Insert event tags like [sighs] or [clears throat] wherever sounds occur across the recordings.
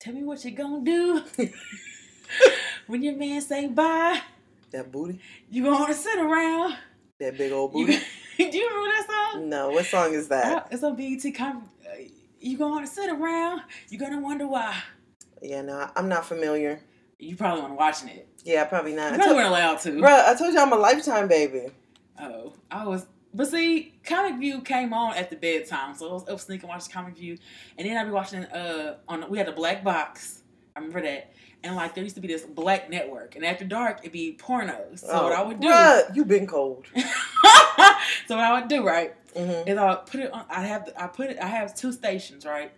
Tell me what you gonna [laughs] do when your man say bye. That booty. You gonna sit around? That big old You, booty. [laughs] do you remember that song? [laughs] no, what song is Oh, that? it's on BET. Com- uh, you gonna sit around? You gonna wonder why? Yeah, no, I'm not familiar. You probably weren't watching it. Yeah, probably You not. I probably told, weren't allowed to. bruh, I told you I'm a lifetime baby. Oh, I was. But see, Comic View came on at the bedtime, so I was up sneaking watching Comic View, and then I'd be watching. Uh, on we had a black box. I remember that, and like there used to be this black network, and after dark it'd be pornos. So what I would do, Oh, Bruh, you [laughs] been cold. so what I would do, right, Mm-hmm. is I would put it on. I have the, I put it. I have two stations, right,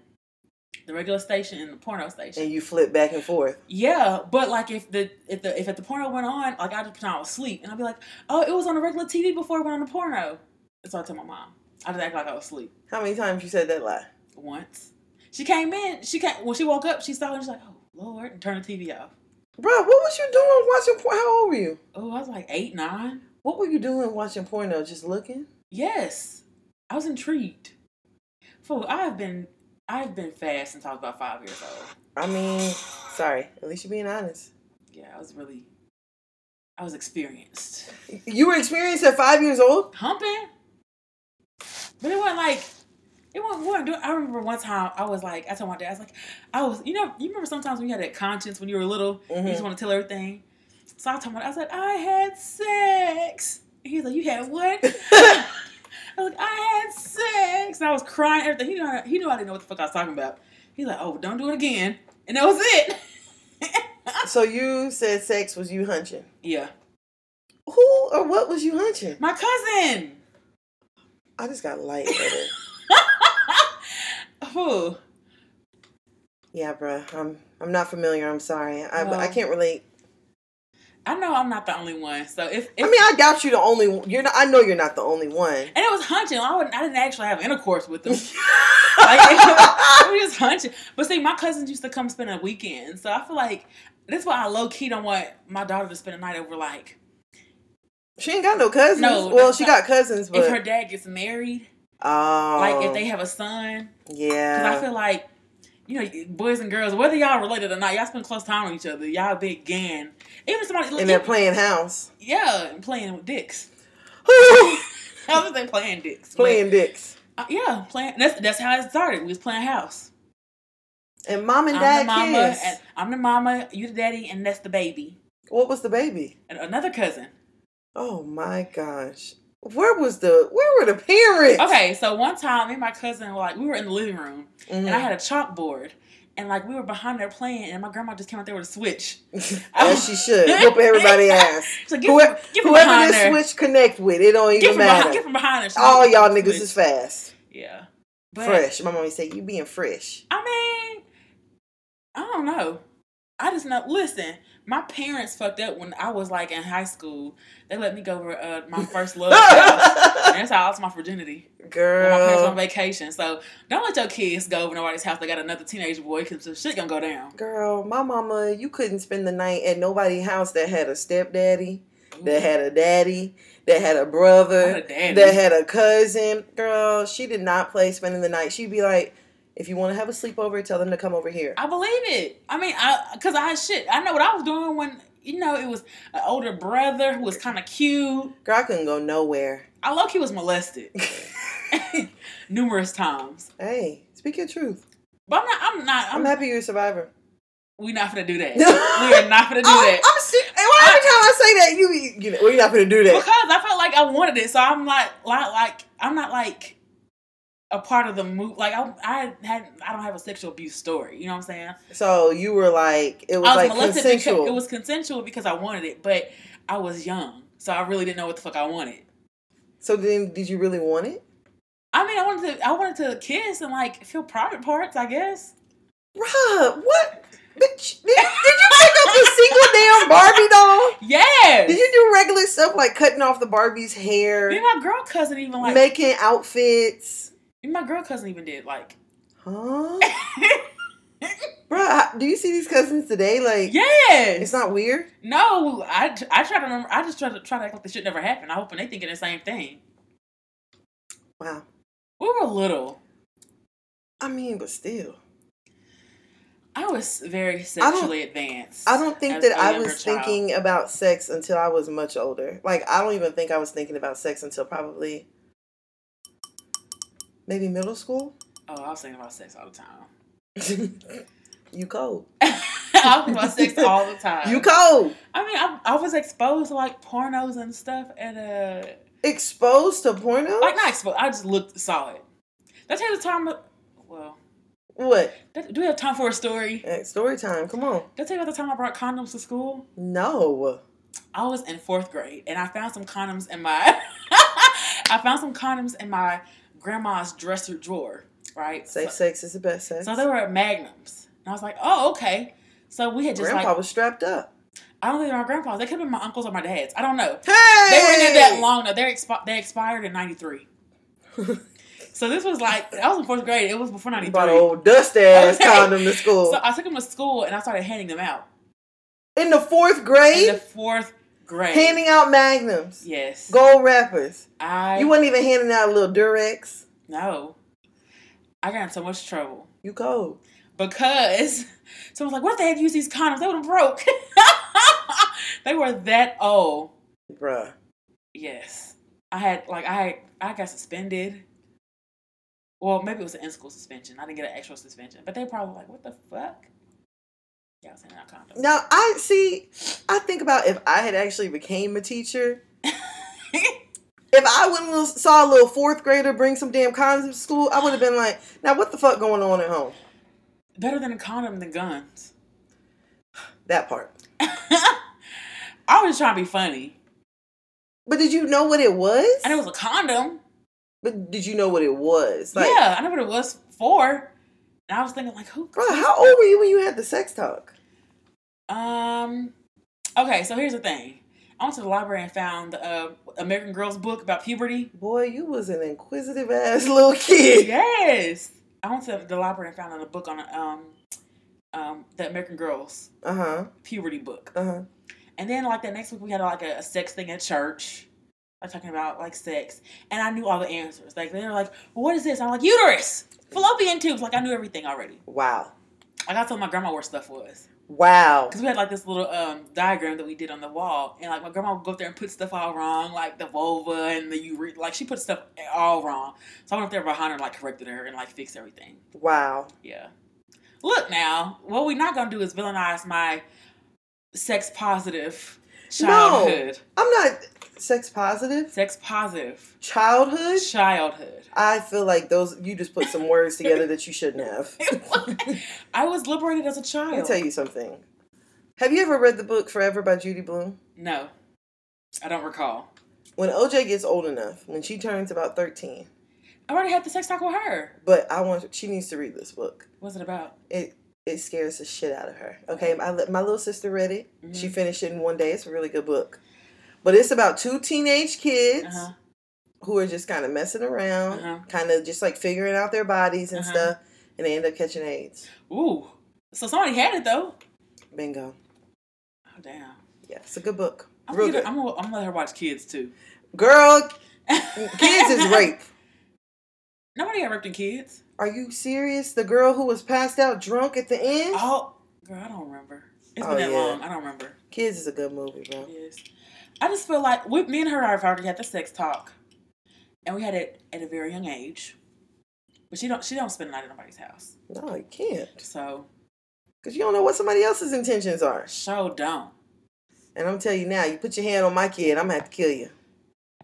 the regular station and the porno station. And you flip back and forth. Yeah, but like if the if the if at the porno went on, like I just pretend I was asleep, and I'd be like, oh, it was on the regular TV before it went on the porno. And so I told my mom, I just act like I was asleep How many times you said that lie? once. She came in, she came when she woke up, she saw it, she's like, oh Lord, and turned the TV off. Bruh, what was you doing watching porn? How old were you? Oh, I was like eight, nine. What were you doing watching porno? Just looking? Yes, I was intrigued. Fool, I have been I've been fast since I was about five years old. I mean, sorry. At least you're being honest. Yeah, I was really, I was experienced. You were experienced at five years old? humping. But it wasn't like it wasn't. wasn't doing, I remember one time I was like, I told my dad, I was like, I was, you know, you remember sometimes when you had that conscience when you were little, you just Mhm. want to tell everything. So I told my dad, I was like, I had sex. And He's like, you had what? [laughs] I was like, I had sex. And I was crying, everything. He knew, I, he knew I didn't know what the fuck I was talking about. He's like, oh, don't do it again. And that was it. [laughs] So you said sex was you hunching. yeah. Who or what was you hunching? My cousin. I just got light. brother. Who? yeah, bruh. I'm I'm not familiar. I'm sorry. I, Well, I can't relate. I know I'm not the only one. So if, if I mean, I doubt you the only. one- You're not. I know you're not the [laughs] only one. [laughs] And it was hunching. I, wouldn't, I didn't actually have intercourse with them. like, [laughs] it, was just hunching. But see, my cousins used to come spend a weekend. So I feel like that's why I low key don't want my daughter to spend a night over, like, She ain't got no cousins. No, well, that's she not- got cousins, but if her dad gets married, oh, like, if they have a son. Because yeah. I feel like, you know, boys and girls, whether y'all related or not, y'all spend close time with each other. Y'all big gang. Even somebody, and they're [laughs] playing house, yeah, and playing with dicks. [laughs] I was they playing dicks. but- [laughs] playing dicks. Uh, yeah, playing. That's, that's how it started. We was playing house. And mom and I'm the dad mama. kiss. And I'm the mama. You the daddy, and that's the baby. What was the baby? And another cousin. Oh my gosh. Where was the? Where were the parents? Okay, so one time, me and my cousin were like, we were in the living room, Mhm. and I had a chalkboard, and like we were behind there playing, and my grandma just came out there with a switch. [laughs] As she should. Whoop everybody ass. So [laughs] get, Whoever, from, get from whoever behind this there. switch connect with, it don't get even from behind. Get matter. from behind there. She All like, y'all switch. niggas is fast. yeah, but fresh. My mommy say you being fresh. I mean, I don't know. I just know. Listen, my parents fucked up when I was like in high school. They let me go over uh, my first [laughs] love. house. And that's how I lost my virginity. When my parents were on girl. vacation. So don't let your kids go over nobody's house. They got another teenage boy because some shit gonna go down. Girl, my mama, you couldn't spend the night at nobody's house that had a stepdaddy, that had a daddy, that had a Not a brother, daddy. that had a cousin. Girl, she did not play spending the night. She'd be like, if you want to have a sleepover, tell them to come over here. I believe it. I mean, I because I shit. I know what I was doing when you know it was an older brother who was kind of cute. Girl, I couldn't go nowhere. [laughs] I low key was molested [laughs] numerous times. Hey, speak your truth. But I'm not. I'm not. I'm, I'm happy you're a survivor. we not gonna do [laughs] that. we are not gonna do I'm, that. I'm ser- and why every time I say that, you, be- you know, we're not gonna do because that. I felt like I wanted it, so I'm not like like I'm not like a part of the move. Like I, I had I don't have a sexual abuse story. You know what I'm saying? So you were like, it was, I was like molested. because- consensual. it was consensual because I wanted it, but I was young, so I really didn't know what the fuck I wanted. so then, did you really want it? I mean, I wanted to I wanted to kiss and like feel private parts. I guess Bruh, what? Bitch, did, did you pick up the single damn Barbie doll? yes. Did you do regular stuff like cutting off the Barbie's hair, Me and my girl cousin even like making outfits? me and my girl cousin even did like [laughs] Huh? Bruh, do you see these cousins today? Like, yes. it's not weird? No, I, I try to remember. I just try to try to act like the shit never happened. I hope they thinking the same thing. Wow. We were little. I mean, but still. I I was very sexually advanced. I don't think as that a I younger was child. thinking about sex until I was much older. Like I don't even think I was thinking about sex until probably maybe middle school. [laughs] Oh, I was thinking about sex all the time. [laughs] you cold. I was thinking about sex all the time. You cold. I mean, I, I was exposed to like pornos and stuff, and uh, Exposed to porno? like not exposed. I just looked saw it. That's how the time. Well, What? that, do we have time for a story? Eh, Story time. Come on. Did I tell you about the time I brought condoms to school? No. I was in fourth grade, and I found some condoms in my. [laughs] I found some condoms in my grandma's dresser drawer. Right. Safe so, sex is the best sex. so they were magnums, and I was like, oh okay. So we had just Grandpa like was strapped up. I don't think they were my grandpa's. They could have been my uncles or my dad's. I don't know. Hey. They weren't in that long though. They expi- they expired in [laughs] '93. so this was like I was in fourth grade. It was before You '93. bought an old dusty [laughs] ass Okay. condom to school So I took them to school and I started handing them out in the fourth in the grade, fourth grade. handing out magnums, Yes. gold wrappers. I You wasn't even handing out little Durex. no. I got in so much trouble You cold. because [laughs] someone was like, "What if they had used these condoms? They would have broke." [laughs] they were that old. Bruh. Yes. I had like I had I got suspended. Well, maybe it was an in school suspension. I didn't get an actual suspension, but they probably like, what the fuck? Yeah, I was handing out condoms. Now I see I think about if I had actually became a teacher. If I went and saw a little fourth grader bring some damn condoms to school, I would have been like, "Now what the fuck going on at home?" Better than a condom than guns. [laughs] That part. I was trying to be funny. But did you know what it was? And it was a condom. But did you know what it was? Like, yeah, I know what it was for. And I was thinking like, who? bro, how old were you when you had the sex talk? Um. Okay, so here's the thing. I went to the library and found the uh, American Girls book about puberty. Boy, you was an inquisitive ass [laughs] little kid. Yes. I went to the library and found a book on um um the American Girls Uh huh. puberty book. Uh huh. And then like that next week we had like a, a sex thing at church. Like talking about like sex. And I knew all the answers. Like they were like, well, what is this? I'm like, uterus, fallopian tubes. Like I knew everything already. Wow. Like I told my grandma where stuff was. Wow. Because we had like this little um, diagram that we did on the wall, and like my grandma would go up there and put stuff all wrong, like the vulva and the urethra. Like she put stuff all wrong. So I went up there behind her and like corrected her and like fixed everything. Wow. Yeah. Look now, what we're not gonna do is villainize my sex positive childhood. I'm not sex positive. Sex positive Childhood. childhood. I feel like those you just put some words together that you shouldn't [laughs] have. [laughs] I was liberated as a Let me child. tell you something. Have you ever read the book Forever by Judy Blume? No, I don't recall. When OJ gets old enough, when she turns about thirteen, I already had the sex talk with her. but I want she needs to read this book. What's it about? It it scares the shit out of her. Okay, I let my little sister read it. She Mm-hmm. finished it in one day. It's a really good book, but it's about two teenage kids. Uh-huh. who are just kind of messing around, Uh-huh. kind of just like figuring out their bodies and Uh-huh. stuff, and they end up catching AIDS. Ooh. So somebody had it though. Bingo. Oh damn. Yeah, it's a good book. I'm Real gonna, good. I'm, gonna, I'm gonna let her watch kids too. Girl, Mm, kids [laughs] is rape. Nobody got raped in kids. Are you serious? The girl who was passed out drunk at the end? Oh, girl, I don't remember. It's Oh, been that yeah. long. I don't remember. Kids is a good movie, bro. Yes. I just feel like we, me and her have already had the sex talk, and we had it at a very young age. But she don't she don't spend the night at nobody's house, No, you can't. so Because you don't know what somebody else's intentions are. show don't. And I'm telling you now, you put your hand on my kid, I'm going to have to kill you.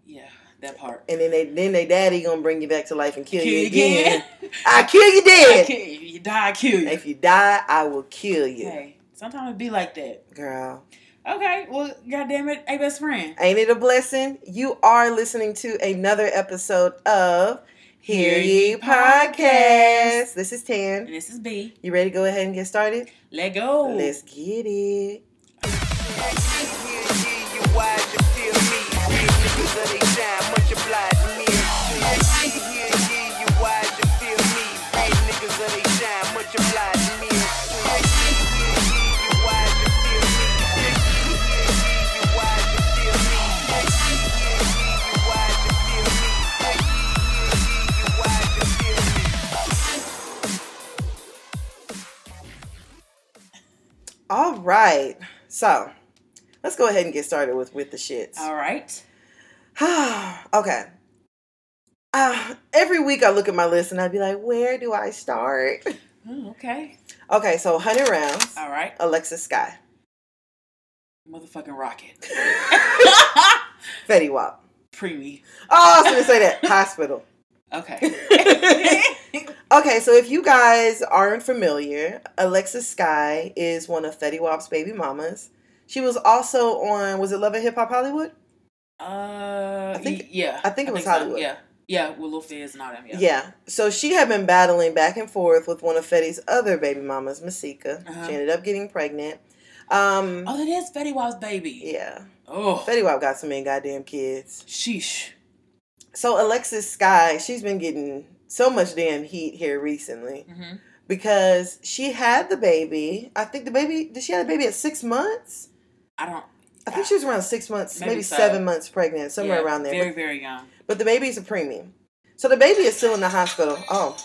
Yeah, that part. And then they then they daddy going to bring you back to life and kill, Kill you you again. [laughs] again. [laughs] I kill you I dead. kill you. You die, I kill you. If you die, I will kill you. Hey, sometimes it be like that. Girl. Okay, well, goddamn it, a best friend. Ain't it a blessing? You are listening to another episode of Hear Ye Podcast. This is And Tan. this is B. You ready to go ahead and get started? Let go. Let's get it. All right. So let's go ahead and get started with with the shits. All right. [sighs] okay. Uh, every week I look at my list and I'd be like, where do I start? [laughs] Mm, okay. Okay, so 100 rounds, All right. Alexis Sky, Motherfucking [laughs] rocket. Fetty Wap. Preemie. Oh, I was going to say [laughs] that. Hospital. [laughs] Okay. Okay, so if you guys aren't familiar, Alexis Sky is one of Fetty Wap's baby mamas. She was also on, was it Love and Hip Hop Hollywood? Uh, I think- y- yeah. I think it was so, Hollywood. Yeah. Yeah, with Lil Fizz and all them. Yeah. Yeah. So she had been battling back and forth with one of Fetty's other baby mamas, Masika. Uh-huh. She ended up getting pregnant. Um, Oh, that is Fetty Wap's baby. Yeah. Oh, Fetty Wap got so many goddamn kids. sheesh. So Alexis Sky, she's been getting so much damn heat here recently Mm-hmm. because she had the baby. I think the baby, did she have the baby at six months? I don't. I think she was around six months, maybe, Maybe so. seven months pregnant, somewhere yeah, around there. Very, very young. But the baby's a premium. So the baby is still in the hospital. Oh.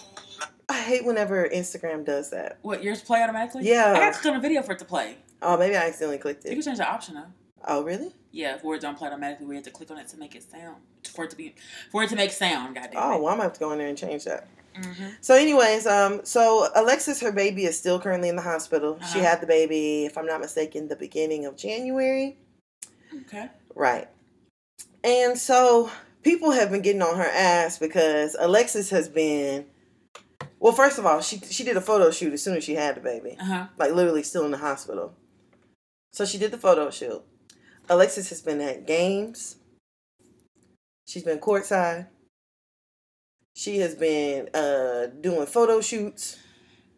I hate whenever Instagram does that. What yours play automatically? Yeah. I got to click on a video for it to play. Oh, maybe I accidentally clicked You it. can change the option though. Oh, really? Yeah, if words don't play automatically, we have to click on it to make it sound. For it to be, for it to make sound. Goddamn. Oh, well, I'm going to have to go in there and change that. Mm-hmm. So, anyways, um, so Alexis, her baby is still currently in the hospital. She Uh-huh. had the baby, if I'm not mistaken, the beginning of January. Okay. Right. And so people have been getting on her ass because Alexis has been well, first of all, she she did a photo shoot as soon as she had the baby. Uh huh. Like literally still in the hospital. So she did the photo shoot. Alexis has been at games. She's been courtside. She has been uh doing photo shoots.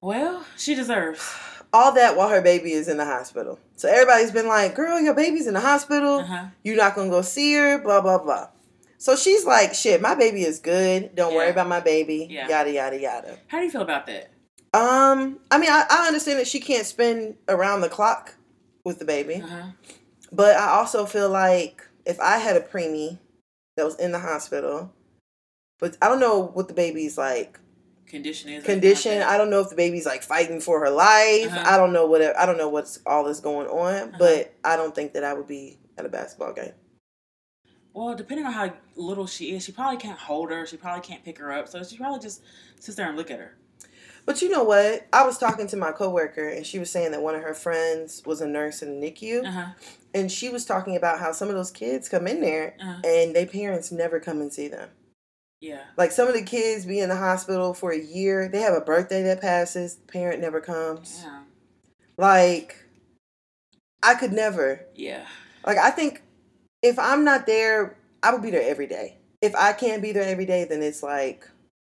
Well, she deserves. All that while her baby is in the hospital. So everybody's been like, girl, your baby's in the hospital. Uh huh. You're not gonna go see her, blah blah blah. So she's like, shit, my baby is good. Don't worry Yeah. about my baby. Yeah. Yada yada yada. How do you feel about that? Um, I mean, I, I understand that she can't spend around the clock with the baby, Uh huh. but I also feel like if I had a preemie that was in the hospital, but I don't know what the baby's like Condition is condition. I don't know if the baby's like fighting for her life. Uh-huh. I don't know what I don't know what's all that's going on, Uh-huh. but I don't think that I would be at a basketball game. Well, depending on how little she is, she probably can't hold her. She probably can't pick her up. So she probably just sits there and look at her. But you know what? I was talking to my coworker and she was saying that one of her friends was a nurse in the NICU Uh huh. and she was talking about how some of those kids come in there Uh-huh. and their parents never come and see them. Yeah. Like some of the kids be in the hospital for a year, they have a birthday that passes, parent never comes. Yeah. Like I could never. Yeah. Like I think if I'm not there, I would be there every day. If I can't be there every day, then it's like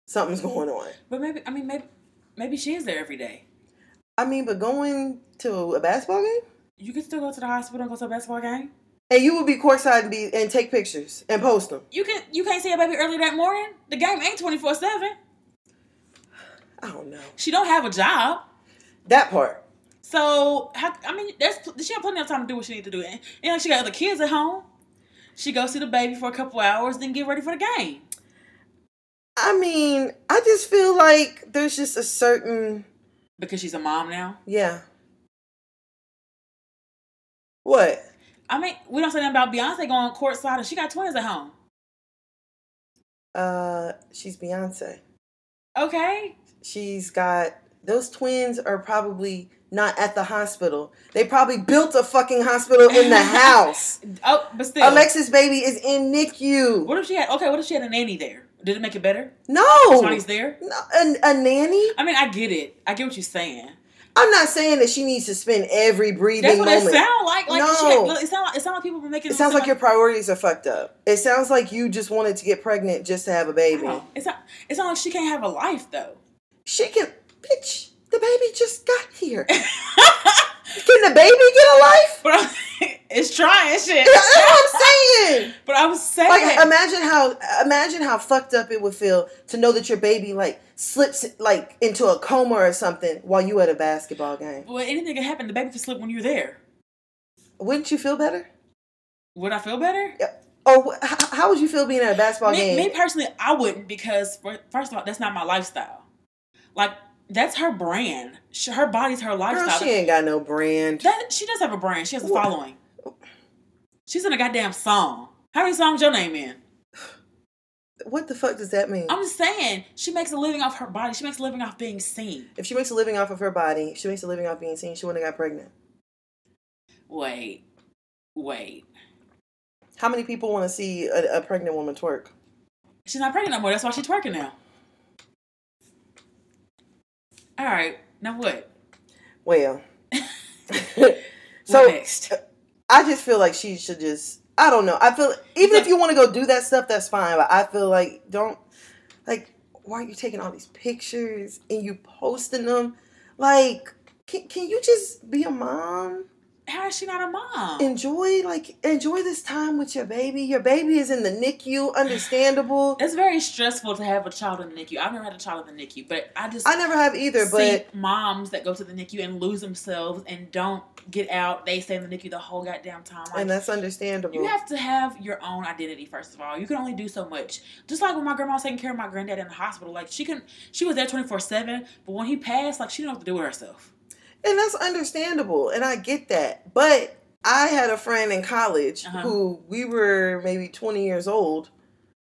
something's [laughs] going on. But maybe I mean maybe maybe she is there every day. I mean, but going to a basketball game You can still go to the hospital and go to a basketball game. And you would be courtside and be and take pictures and post them. You can you can't see a baby early that morning. The game ain't twenty four seven. I don't know She don't have a job. that part. So how, I mean, there's pl- she had plenty of time to do what she needs to do, and, and she got other kids at home. She go see the baby for a couple hours, then get ready for the game. I mean, I just feel like there's just a certain Because she's a mom now. yeah. What? I mean, we don't say nothing about Beyonce going courtside, and she got twins at home. Uh, she's Beyonce. Okay, She's got those twins are probably not at the hospital. They probably built a fucking hospital in [laughs] the house. Oh, but still, Alexis baby is in NICU. what if she had? Okay, what if she had a nanny there? Did it make it better? No, Sonny's there. no a, a nanny. I mean, I get it. I get what you're saying. I'm not saying that she needs to spend every breathing That's what moment. it sound like. Like she No. had- it sound like it sound like people were making. It sounds like your priorities are fucked up. It sounds like you just wanted to get pregnant just to have a baby. No, It's not. It's not like she can't have a life though. She can, bitch. The baby just got [laughs] here. can the baby get a life? But I'm, [laughs] it's trying [laughs] shit. That's what I'm saying. But I was saying, Like imagine how imagine how fucked up it would feel to know that your baby like slips like into a coma or something while you at a basketball game. well, anything can happen. The baby can slip when you're there. Wouldn't you feel better? Would I feel better? Or wh- h- how would you feel being at a basketball me, game? me personally, I wouldn't because fir- first of all, that's not my lifestyle. Like That's her brand. She, her body's her Girl, lifestyle. she ain't got no brand. That she does have a brand. She has a What? following. She's in a goddamn song. How many songs your name in? What the fuck does that mean? I'm just saying she makes a living off her body. She makes a living off being seen. If she makes a living off of her body, if she makes a living off being seen, she wouldn't have got pregnant. Wait, wait. How many people want to see a, a pregnant woman twerk? She's not pregnant no more. That's why she's twerking now. All right. Now what? [laughs] Well, [laughs] So so next. I just feel like she should just. I don't know. I feel even if you want to go do that stuff, that's fine. But I feel like don't like why are you taking all these pictures and you posting them? Like, can can you just be a mom? How is she not a mom? Enjoy like enjoy this time with your baby. Your baby is in the NICU. Understandable. [sighs] it's very stressful to have a child in the NICU. I've never had a child in the NICU, but I just I never have either, but see moms that go to the NICU and lose themselves and don't get out. They stay in the NICU the whole goddamn time. Like, and that's understandable. you have to have your own identity first of all. You can only do so much. Just like when my grandma was taking care of my granddad in the hospital, like she can, she was there twenty four seven. But when he passed, like she didn't have to do it herself. And that's understandable, and I get that. But I had a friend in college Uh-huh. who we were maybe 20 years old,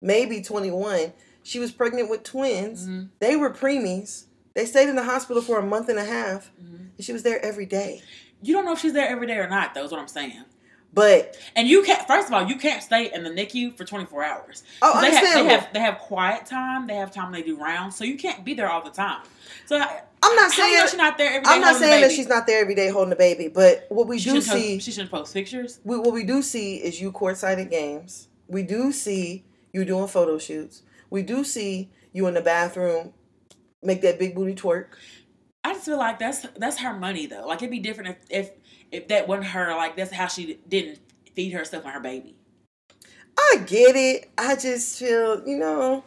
maybe 21. She was pregnant with twins. Mhm. They were preemies. They stayed in the hospital for a month and a half, Mhm. and she was there every day. You don't know if she's there every day or not. Though is what I'm saying. But And you can't. First of all, you can't stay in the NICU for twenty four hours. oh, they, have, they understandable. have they have quiet time. They have time they do rounds, so you can't be there all the time. So how, I'm not how you know saying she's not there every day? I'm not holding the saying that baby? she's not there every day holding the baby. But what we She do shouldn't post- see, she shouldn't post pictures. we, what we do see is you courtside at games. We do see you doing photo shoots. We do see you in the bathroom make that big booty twerk. I just feel like that's that's her money though. Like it'd be different if if if that wasn't her. Like that's how she didn't feed herself and her baby. I get it. I just feel, you know,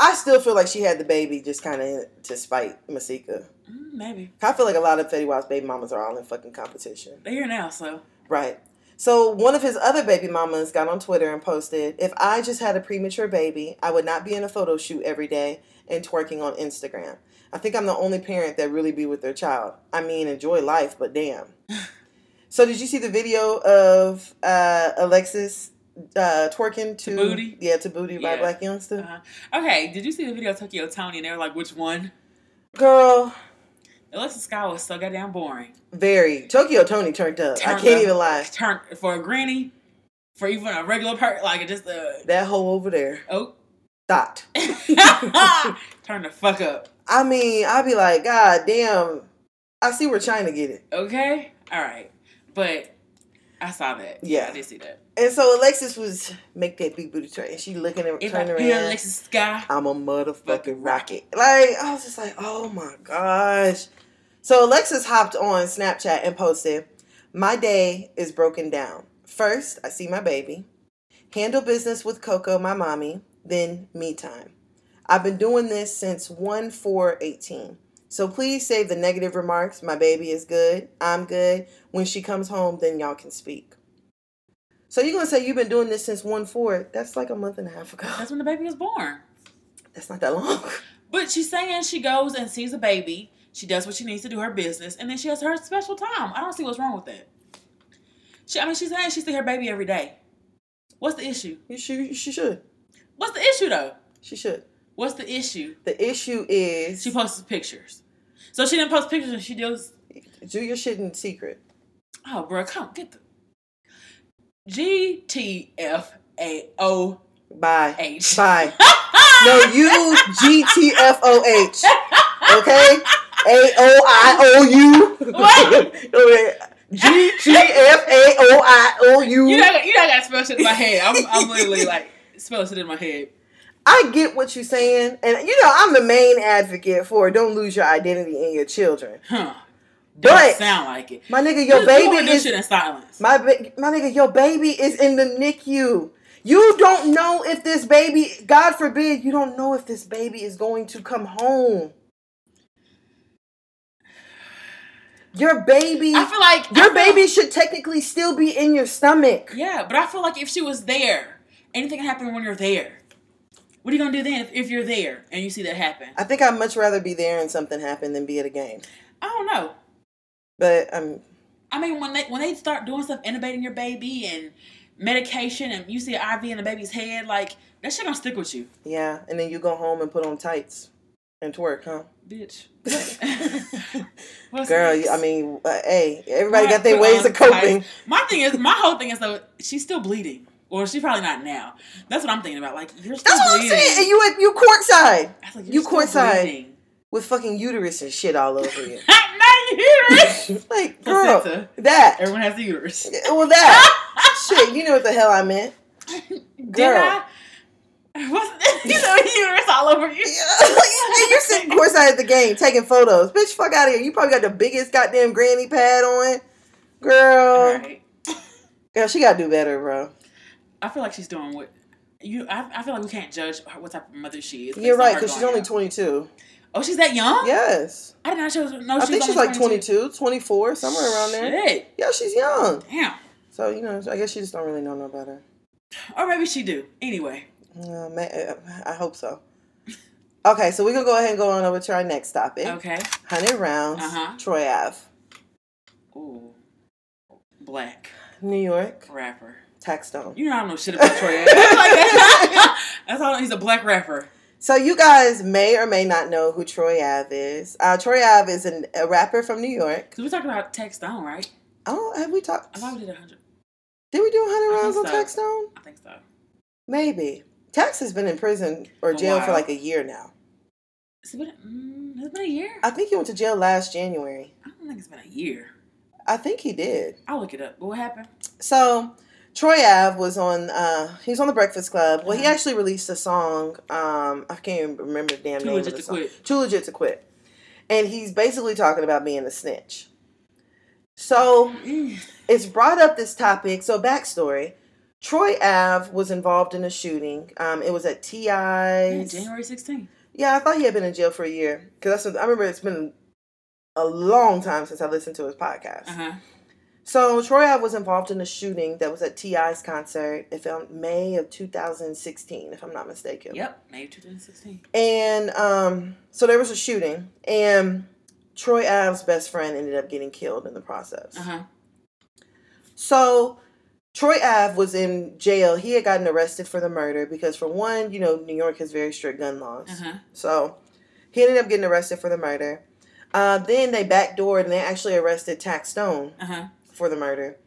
I still feel like she had the baby just kind of to spite Masika. Mm, maybe I feel like a lot of Fetty Wap's baby mamas are all in fucking competition. they're here now, so Right. So one of his other baby mamas got on Twitter and posted, "If I just had a premature baby, I would not be in a photo shoot every day and twerking on Instagram. I think I'm the only parent that really be with their child. I mean, enjoy life, but damn." [laughs] so did you see the video of uh, Alexis uh, twerking to, Booty? Yeah, to booty by Yeah. Black Youngster. uh, okay. Did you see the video of Tokyo Tony and they were like, which one? Girl, Alexa Sky was so goddamn boring. very Tokyo Tony turned up. I Turned can't up. even lie. Turn for a granny, for even a regular person, like just a That hoe over there, [laughs] oh. dot. Turn the fuck up. I mean, I'd be like, God damn, I see where China get it. Okay? All right. But I saw that. Yeah. I did see that. And so Alexis was make that big booty turn, and she looking at If turn I around. Uh. hear Alexis Sky, I'm a motherfucking rocket. Like I was just like, oh my gosh. So Alexis hopped on Snapchat and posted, "My day is broken down. First, I see my baby, handle business with Coco, my mommy, then me time. I've been doing this since 1 4 18. So please save the negative remarks. My baby is good. I'm good. When she comes home, then y'all can speak." So you're gonna say you've been doing this since 1 4? That's like a month and a half ago. [laughs] that's when the baby was born. That's not that long. But she's saying she goes and sees a baby, she does what she needs to do her business, and then she has her special time. I don't see what's wrong with that. She, I mean, she's saying she sees her baby every day. What's the issue? You should. She should. What's the issue though? She should. What's the issue? The issue is She posts pictures. So she didn't post pictures and she does do your shit in secret. Oh, bro, come get the G T F A O Bye. H. Bye. [laughs] no, you G T F O H. Okay. A O I O U. [laughs] G T F A O I O You U. know, you know, I got spell shit in my head. I'm, I'm [laughs] literally like spell shit in my head. I get what you're saying, and you know I'm the main advocate for don't lose your identity in your children. Huh? But- Don't sound like it. My nigga, your You- you wanna baby do is shit in silence. My ba- my nigga, your baby is in the NICU. You don't know if this baby, God forbid, you don't know if this baby is going to come home. Your baby, I feel like I your feel- baby should technically still be in your stomach. Yeah, but I feel like if she was there, anything can happen when you're there. What are you gonna do then if, if you're there and you see that happen? I think I'd much rather be there and something happen than be at a game. I don't know. But um, I mean, when they when they start doing stuff, intubating your baby and medication, and you see an IV in the baby's head, like that shit gonna stick with you, yeah, and then you go home and put on tights and [laughs] twerk, huh? bitch. Girl, you- I mean, uh, hey, everybody got their Put ways on of coping. tights. My thing is, my whole thing is though, she's still bleeding, or she's probably not now. That's what I'm thinking about. Like you're still That's what I'm bleeding. saying. And you at you courtside I was like, you're you still courtside. bleeding. [laughs] with fucking uterus and shit all over you. now you hear it. like, girl, [laughs] Placenta. that. Everyone has a uterus. [laughs] Yeah, Well, that shit. You know what the hell I meant. [laughs] Did Girl. I? [laughs] What's, you know, uterus all over you. and you're sitting courtside at the game taking photos. Bitch, fuck out of here. You probably got the biggest goddamn granny pad on. Girl. All right. Girl, she gotta do better, bro. I feel like she's doing what you. I, I feel like we can't judge her, what type of mother she is. based You're on right, her because she's going only out. 22. Oh, she's that young. Yes. I did not know she was. No, I she think was she's Oh, only like 22, 24, somewhere around there. Shit. Yeah, she's young. Damn. So, you know, I guess she just don't really know no better. Or maybe she do. Anyway, Uh, ma- uh, I hope so. Okay, so we're gonna go ahead and go on over to our next topic. okay. 100 rounds, Uh-huh. Troy Ave, Ooh, black New York, rapper. Taxstone. You know I don't know shit about Troy. Ave. That's [laughs] like that. That's all. He's a black rapper. So you guys may or may not know who Troy Ave is. Uh, Troy Ave is an, a rapper from New York. Cause we talked about Textone, right? Oh, have we talked? I thought we did hundred. Did we do I 100 rounds on think so. Taxstone? I think so. Maybe. Tax has been in prison or A jail for while. like a year now. It's been mm, it's been a year. I I think he went to jail last January. don't think it's been a year. I think he did. I'll look it up. But what happened? So Troy Ave was on. Uh, he was on the Breakfast Club. Well, he Uh-huh. actually actually released a song. Um, I can't even remember the damn Too name legit of the to song. quit. Too legit to quit. And he's basically talking about being a snitch. So Mm. it's brought up this topic. So backstory: Troy Ave was involved in a shooting. Um, it was at Yeah, Ti's. January 16th. Yeah, I thought he had been in jail for a year because I remember it's been a long time since I listened to his podcast. Uh-huh. So Troy Ave was involved in a shooting that was at T.I.'s concert if in May of 2016, if I'm not mistaken. Yep, May 2016. And um, so there was a shooting, and Troy Ave's best friend ended up getting killed in the process. Uh huh. So Troy Ave was in jail. He had gotten arrested for the murder because, for one, you know, New York has very strict gun laws. Uh huh. So he ended up getting arrested for the murder. Uh, then they backdoored and they actually arrested Tax Stone Uh huh. for the murder.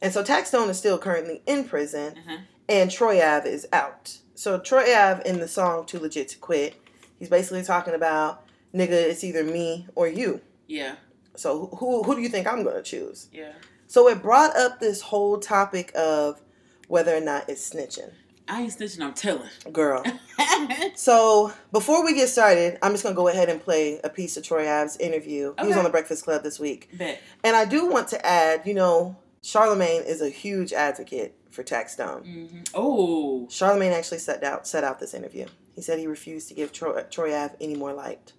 And so Tax Stone is still currently in prison Uh huh. and Troy Ave is out. So Troy Ave in the song Too Legit to Quit, he's basically talking about, nigga, it's either me or you. Yeah. So who who do you think I'm gonna choose? Yeah. So it brought up this whole topic of whether or not it's snitching. I ain't snitching. I'm telling. Girl. okay. So before we get started, I'm just gonna go ahead and play a piece of Troy Ave's interview. He was Okay. on the Breakfast Club this week, Bet. and I do want to add, you know, Charlemagne is a huge advocate for Tax Stone. hmm Oh. Charlemagne actually set out set out this interview. He said he refused to give Troy, Troy Ave any more light.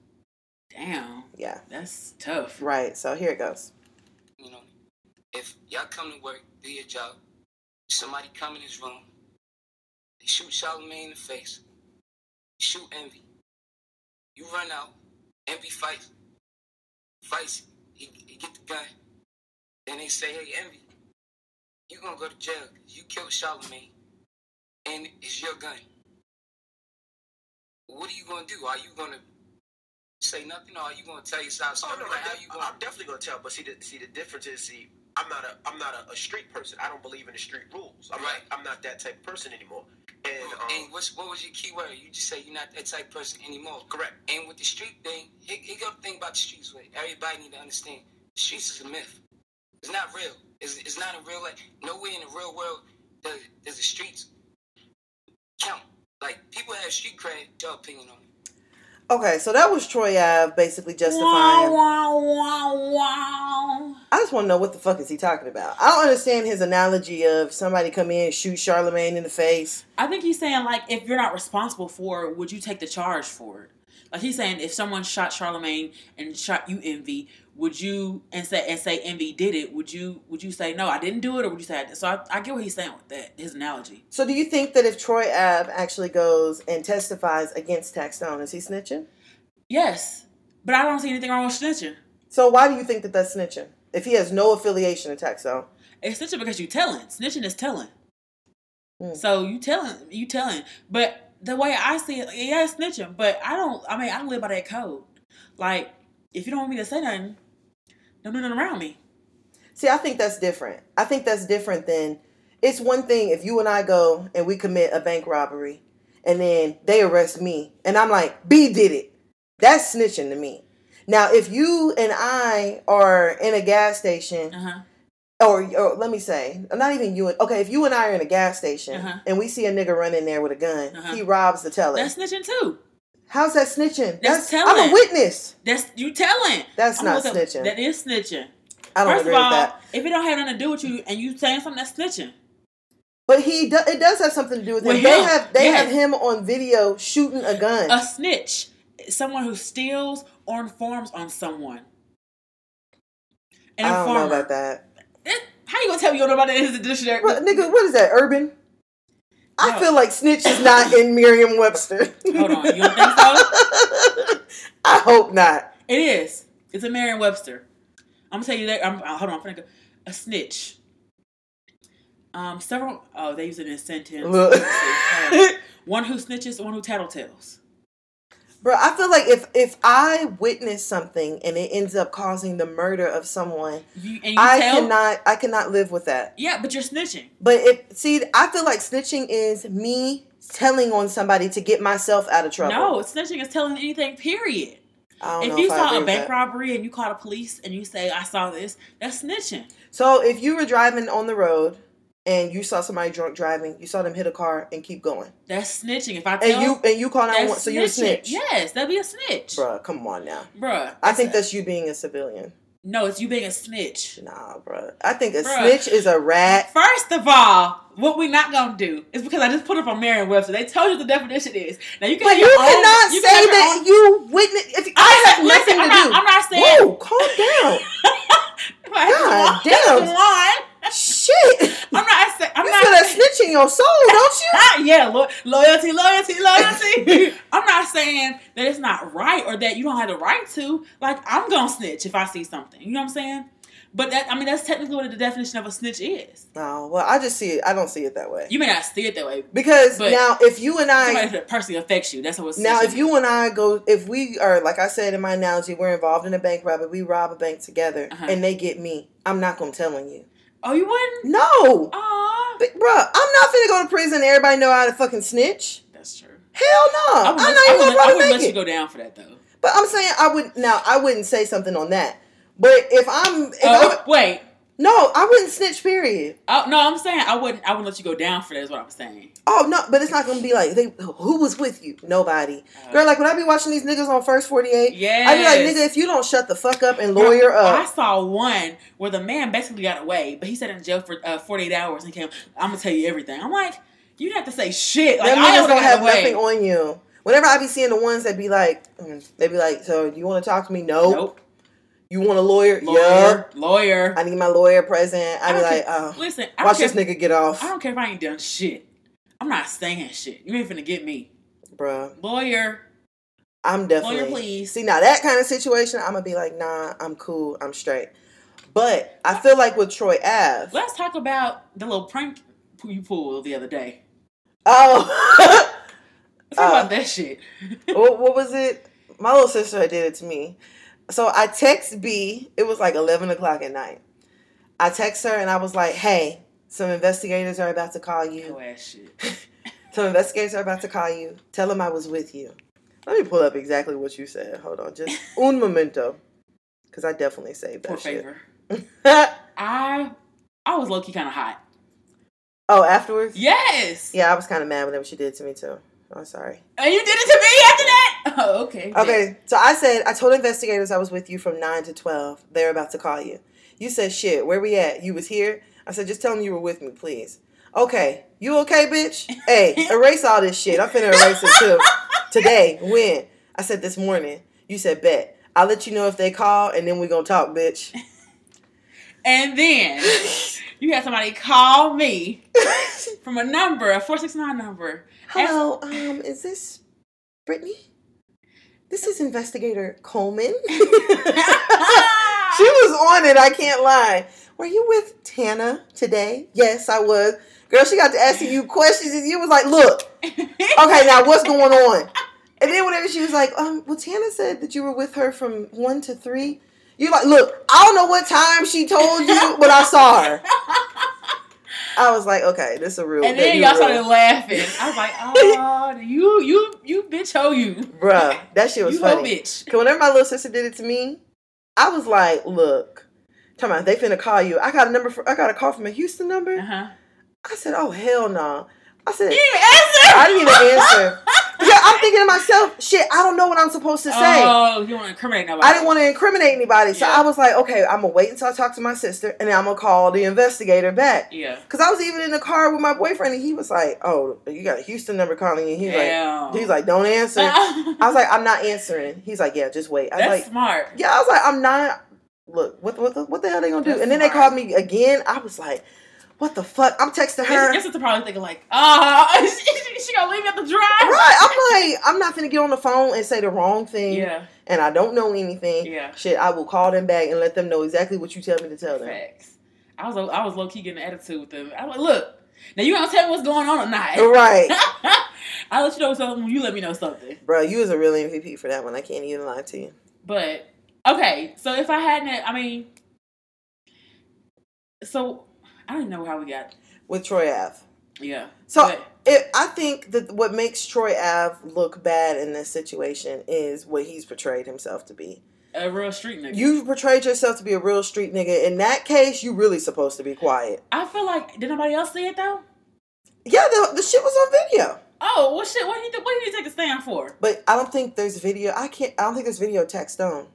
Damn. Yeah, That's tough. right. So here it goes. You know, if y'all come to work, do your job, somebody come in his room, they shoot Charlemagne in the face, shoot Envy. You run out, Envy fights, fights, he, he get the gun, then they say, hey, Envy, you gonna go to jail, you killed Charlemagne, and it's your gun. What are you gonna do? Are you gonna say nothing, or are you gonna tell your side Oh story? no, Like, how I, you gonna- am definitely gonna tell. But see, the, see, the difference is, see, I'm not a, I'm not a, a street person. I don't believe in the street rules. I'm Right. not, I'm not that type of person anymore. And And um, what's, what was your key word? You just say you're not that type of person anymore. correct. And with the street thing, here, here go the thing about the streets. Like everybody need to understand, the streets is a myth. It's not real. It's, it's not a real life. Nowhere in the real world does, does the streets count. Like people have street cred. Your opinion on it? Okay, so that was Troy Ave basically Wow, justifying. wow, wow, wow. I just want to know what the fuck is he talking about. I don't understand his analogy of somebody come in shoot Charlemagne in the face. I think he's saying like, if you're not responsible for it, would you take the charge for it? Like he's saying, if someone shot Charlemagne and shot you, Envy, would you and say and say Envy did it? Would you would you say no, I didn't do it, or would you say I did? So I, I get what he's saying with that his analogy. So do you think that if Troy Ave actually goes and testifies against Taxstone, is he snitching? Yes, but I don't see anything wrong with snitching. So why do you think that that's snitching? If he has no affiliation to Taxstone, It's snitching because you telling. Snitching is telling. Hmm. So you telling, you telling. But the way I see it, yeah, it's snitching. But I don't. I mean, I live by that code. Like, if you don't want me to say nothing, don't do nothing around me. see, I think that's different. I think that's different than it's one thing if you and I go and we commit a bank robbery, and then they arrest me, and I'm like, B did it. That's snitching to me. Now, if you and I are in a gas station Uh huh. or, or let me say, not even you and okay, if you and I are in a gas station Uh-huh. and we see a nigga run in there with a gun, Uh-huh. he robs the teller. That's snitching too. How's that snitching? That's I'm telling. a witness. That's you telling. That's I'm not gonna look up- snitching. That is snitching. I don't First agree of all, with that. if it don't have nothing to do with you and you saying something, that's snitching. But he do, it does have something to do with him. With They him, have they yes. have him on video shooting a gun. A snitch is someone who steals or informs on someone. An I don't know informer. about that. That- How you gonna tell me you don't know about that in the dictionary? What, nigga, what is that? Urban? I No. feel like snitch is not in Merriam-Webster. Hold on, you don't think so? [laughs] I hope not. It is. It's a Merriam-Webster. I'm gonna tell you that. I'm, uh, hold on, I'm gonna go. A snitch. Um, several. Oh, they use it in a sentence. Look. Let's see. Hold [laughs] on. one who snitches, one who tattletales. Bro, I feel like if if I witness something and it ends up causing the murder of someone, You and you I tell. cannot I cannot live with that. Yeah, but you're snitching. But it see, I feel like snitching is me telling on somebody to get myself out of trouble. No, snitching is telling anything. Period. I don't If know you I saw agree a with bank that. robbery and you call the police and you say I saw this, that's snitching. So if you were driving on the road and you saw somebody drunk driving, you saw them hit a car and keep going, That's snitching. If I and tell you and you called that's out one, so you're a snitching. snitch, Yes, that'd be a snitch, bruh. Come on now. Bruh, I think a- that's you being a civilian. no. It's you being a snitch. Nah, bruh. I think a Bruh. snitch is a rat. First of all, what we not gonna do is because I just put up on Merriam Webster. They told you what the definition is. Now you can But have you your own- cannot you say can have your that own- you witness. If, I I have said- listen, nothing I'm to not, do. I'm not saying. Whoa, calm down. If I had God to walk- damn. line, [laughs] Shit. I'm not. saying. I'm You not. feel that snitch in your soul, don't [laughs] you? Ah, yeah, lo- loyalty, loyalty, loyalty. [laughs] I'm not saying that it's not right or that you don't have the right to. Like, I'm gonna snitch if I see something. You know what I'm saying? But that, I mean, that's technically what the definition of a snitch is. No, well, I just see it. I don't see it that way. You may not see it that way. Because But- now, if you and Somebody I, that personally affects you. That's what. a now snitch if you and I go, if we are, like I said in my analogy, we're involved in a bank robbery, we rob a bank together, Uh-huh. and they get me. I'm not gonna tell on you. oh, you wouldn't. No, Aw, but, bruh, I'm not finna go to prison. and Everybody know how to fucking snitch. that's true. Hell no, I I'm would let, not I even would let, gonna I try to would make let you it. go down for that though. But I'm saying I would now. I wouldn't say something on that. But if I'm, if Oh, I'm wait. no, I wouldn't snitch. Period. Oh, no, I'm saying I wouldn't. I wouldn't let you go down for that. Is what I'm saying. Oh no, but it's not gonna be like they, who was with you? Nobody. Girl, like when I be watching these niggas on First 48, Yes. I be like, nigga, if you don't shut the fuck up and lawyer I up, saw one where the man basically got away, but he sat in jail for uh, 48 hours and came. I'm gonna tell you everything. I'm like, you didn't have to say shit. Like them I niggas don't don't have have away. nothing on you. Whenever I be seeing the ones that be like, mm, they be like, so you want to talk to me? No. Nope. You want a lawyer? Yeah. Lawyer. Lawyer. I need my lawyer present. I I be don't care- like, oh, Listen, I don't, watch care, this nigga get off, I don't care if I ain't done shit. I'm not saying shit. You ain't finna get me. bruh. Lawyer. I'm definitely. please. See now that kind of situation, I'm gonna be like, nah, I'm cool, I'm straight. But I feel like with Troy Ave, Let's talk about the little prank you pulled the other day. oh. [laughs] Let's talk Uh, about that [laughs] shit. what, what was it? My little sister had did it to me. So I text B. It was like eleven o'clock at night. I text her and I was like, "Hey, some investigators are about to call Yo you. ass shit. Some investigators are about to call you. Tell them I was with you." Let me pull up exactly what you said. Hold on, just un momento, because I definitely saved For that shit. favor. I I was low key kind of hot. [laughs] oh, afterwards. Yes. Yeah, I was kind of mad whenever she did it to me too. I'm sorry. And you did it to me after that. Oh, okay. Okay, so I said I told investigators I was with you from nine to twelve. They're about to call you. You said shit. Where we at? You was here. I said just tell them you were with me, please. Okay, you okay, bitch? Hey, erase all this shit. I'm finna erase it too. Today, when I said this morning. You said bet. I'll let you know if they call, and then we're gonna talk, bitch. And [laughs] then you had somebody call me from a number, a 469 number. [laughs] Hello, um, is this Brittany? This is investigator Coleman. [laughs] she was on it, I can't lie. Were you with Tana today? Yes, I was. Girl, she got to asking you questions and you was like, look, okay, now what's going on? And then whenever she was like, um, well, Tana said that you were with her from one to three. You're like, look, I don't know what time she told you, but I [laughs] saw her. I was like, okay, this is a real. And then you y'all real. started laughing. I was [laughs] like, oh, you, you, you bitch hoe you. Bruh, that shit was you hoe funny. bitch. Cause whenever my little sister did it to me, I was like, "Look, come on, they finna call you. I got a number. For, I got a call from a Houston Uh number." huh. I said, "Oh hell no!" I said, You didn't answer. "I didn't even answer." yeah, I'm thinking to myself, "Shit, I don't know what I'm supposed to say." Oh, you want to incriminate nobody. I didn't want to incriminate anybody, so Yeah. I was like, "Okay, I'm gonna wait until I talk to my sister, and then I'm gonna call the investigator back." Yeah. Cause I was even in the car with my boyfriend, and he was like, "Oh, you got a Houston number calling," and he's Damn. like, [laughs] "He's like, don't answer." I was like, "I'm not answering." He's like, "Yeah, just wait." I was That's like, smart. Yeah, I was like, I'm not. Look, what what the, what the hell they gonna do? That's and then they smart. called me again. I was like, what the fuck? I'm texting her. Your sister probably thinking like, oh, [laughs] she, she gonna leave me at the drive. Right, I'm like, I'm not gonna get on the phone and say the wrong thing, Yeah. and I don't know anything. Yeah. Shit, I will call them back and let them know exactly what you tell me to tell them. Facts. I was I was low key getting an attitude with them. I was like, look, now you gonna tell me what's going on or not? [laughs] Right, I'll let you know something when you let me know something. bro, you was a real MVP for that one. I can't even lie to you. But okay, so if I hadn't, I mean, so I don't even know how we got. With Troy Ave, Yeah. so but, it, I think that what makes Troy Ave look bad in this situation is what he's portrayed himself to be. a real street nigga. You portrayed yourself to be a real street nigga. In that case, you really supposed to be quiet. I feel like did nobody else see it though? Yeah, the, the shit was on video, Oh well, shit. What did he, what did he take a stand for? but I don't think there's video. I can't. I don't think there's video taxed Stone.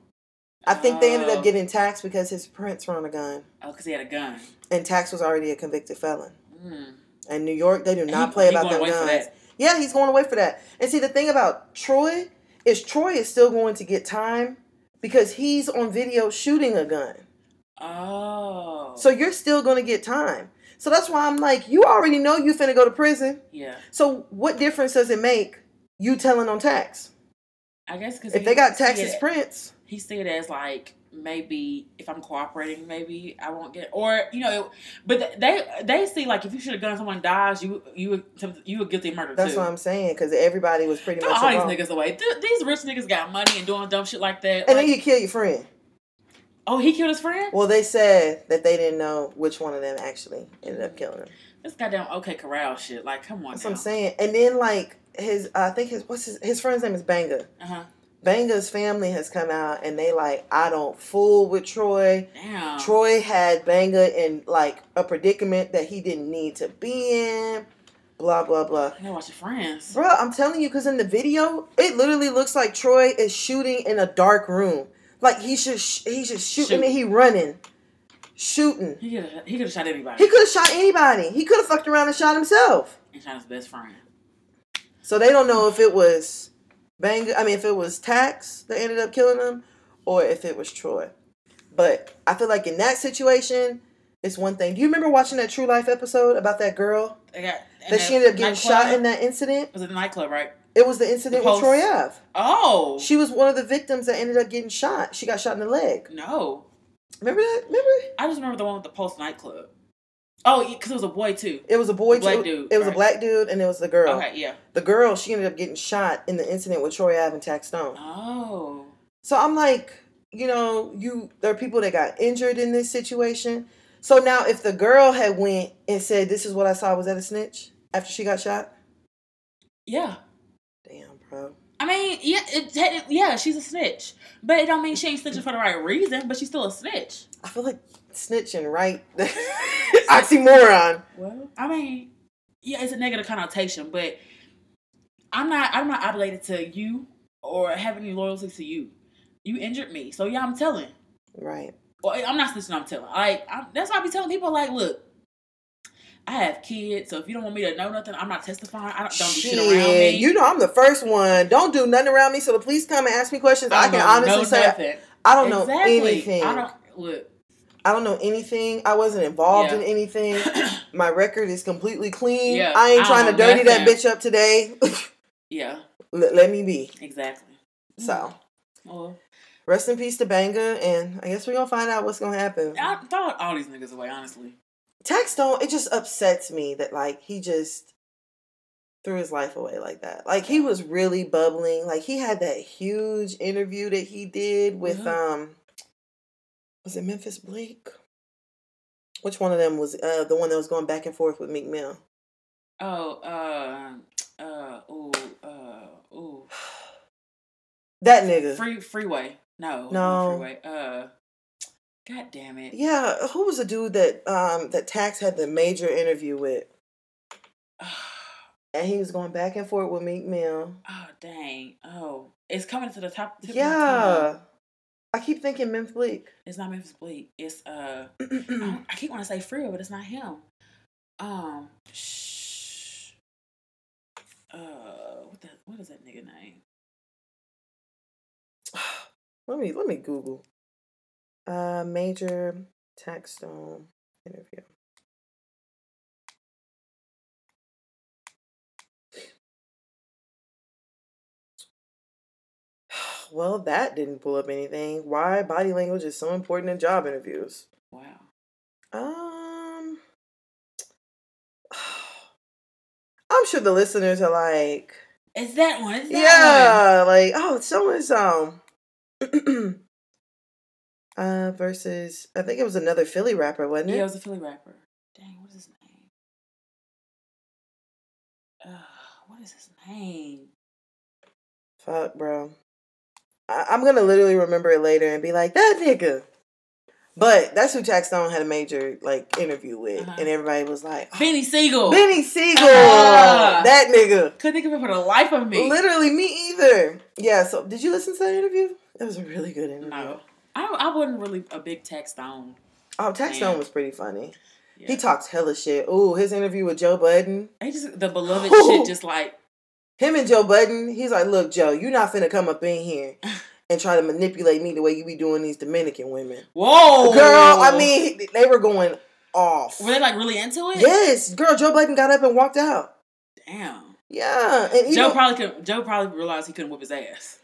I think they ended Oh. up getting taxed because his prints were on a gun, Oh, because he had a gun. and tax was already a convicted felon. Mm. In New York, they do not He- play he about going them away for guns. that. Yeah, he's going away for that. And see, the thing about Troy is Troy is still going to get time because he's on video shooting a gun. Oh. So you're still going to get time. So that's why I'm like, you already know you finna go to prison. yeah, So what difference does it make you telling on tax? I guess because If they got taxes prints, he see it as like maybe if I'm cooperating, maybe I won't get or you know, but they they see like if you should have gun someone dies, you you you would guilty of murder that's too. what I'm saying because everybody was pretty Throw much all these involved. niggas away. Th- these rich niggas got money and doing dumb shit like that. And Like, then you kill your friend. oh, he killed his friend. Well, they said that they didn't know which one of them actually ended up killing him. This goddamn OK Corral shit. Like, come on. That's what I'm saying. And then like his, I think his what's his his friend's name is Banga. Uh huh. Banga's family has come out and they like, I don't fool with Troy. Damn. Troy had Banga in like a predicament that he didn't need to be in. Blah blah blah. I gotta watch your friends. Bro, I'm telling you, because in the video, it literally looks like Troy is shooting in a dark room. Like he's just he's just shooting Shoot. and he running, shooting. He could have he could have shot anybody He could have shot anybody. He could have fucked around and shot himself. and shot his best friend. So they don't know if it was Bang. I mean, if it was Tax that ended up killing him, or if it was Troy. But I feel like in that situation, it's one thing. Do you remember watching that True Life episode about that girl They got that she ended up getting shot in the that incident? was it the nightclub, right? It was the incident The with Troy Pulse. Ave. Oh She was one of the victims that ended up getting shot. She got shot in the leg. no. Remember that? Remember? I just remember the one with the Pulse nightclub. Oh, because it was a boy too. It was a boy. Black too. dude, It was right. a black dude, and it was the girl. Okay, yeah. The girl, she ended up getting shot in the incident with Troy Ave and Tax Stone. Oh, So I'm like, you know, you there are people that got injured in this situation. So now, if the girl had went and said, "This is what I saw," was that a snitch after she got shot? yeah. Damn, bro. I mean, yeah, it, techni- yeah, she's a snitch, but it don't mean she ain't snitching for the right reason. But she's still a snitch. I feel like snitching, right? [laughs] Oxymoron. Well, I mean, yeah, it's a negative connotation, but I'm not, I'm not obligated to you or have any loyalty to you. You injured me, so yeah, I'm telling. Right. Well, I'm not snitching. I'm telling. Like I'm, that's why I be telling people. Like, look, I have kids, so if you don't want me to know nothing, I'm not testifying. I don't, don't do shit around Shit, me. you know I'm the first one. Don't do nothing around me. So the police come and ask me questions. I, don't can know honestly no say nothing. I don't know exactly. anything. I don't look. I don't know anything. I wasn't involved Yeah. [clears throat] in anything. My record is completely clean. Yeah, I ain't I trying to don't dirty that nothing. bitch up today. [laughs] Yeah, Let- let me be. exactly. Mm. So Well, rest in peace to Banga, and I guess we're gonna find out what's gonna happen. I thought all these niggas away. Honestly, Tax don't. It just upsets me that like he just threw his life away like that. Like he was really bubbling. Like he had that huge interview that he did with Mhm. um, was it Memphis Bleak? Which one of them was uh the one that was going back and forth with Meek Mill? oh, uh, uh, ooh, uh, ooh, That nigga. free freeway. No, not No. freeway. Uh, god damn it. yeah, who was the dude that um that Tax had the major interview with? And he was going back and forth with Meek Mill. [sighs] Oh dang! Oh, it's coming to the top. tip of my tongue. Yeah. I keep thinking Memphis Bleak. [clears throat] it's not Memphis Bleak. It's uh, I, don't- I keep want to say Freeway, but it's not him. Um, shh. Uh, what the what is that nigga name? let me let me Google. Uh, major tax stone interview. [sighs] Well, that didn't pull up anything. Why body language is so important in job interviews? Wow. Um, [sighs] I'm sure the listeners are like, It's that one. It's that yeah, like oh, so and so. [clears throat] Uh, versus I think it was another Philly rapper, wasn't one. it? Yeah, it was a Philly rapper. Dang, what is his name? Uh, what is his name? Fuck, bro. I- I'm gonna literally remember it later and be like that nigga. But that's who Jack Stone had a major like interview with, Uh-huh. and everybody was like, oh, Benny Siegel. Benny Siegel, Ah. that nigga. Couldn't think of it for the life of me. Literally, me either. Yeah. So, did you listen to that interview? It was a really good interview. No, I I wasn't really a big text on. Oh, Tax Man. Stone was pretty funny. Yeah. He talks hella shit. Ooh, his interview with Joe Budden. They just the beloved shit, just like Him and Joe Budden, he's like, look, Joe, you're not finna come up [laughs] in here and try to manipulate me the way you be doing these Dominican women. whoa, Girl, I mean, they were going off. were they like Oh. really into it? Yes, girl, Joe Budden got up and walked out. Damn. Yeah. And even, Joe Joe probably could, Joe probably realized he couldn't whip his ass.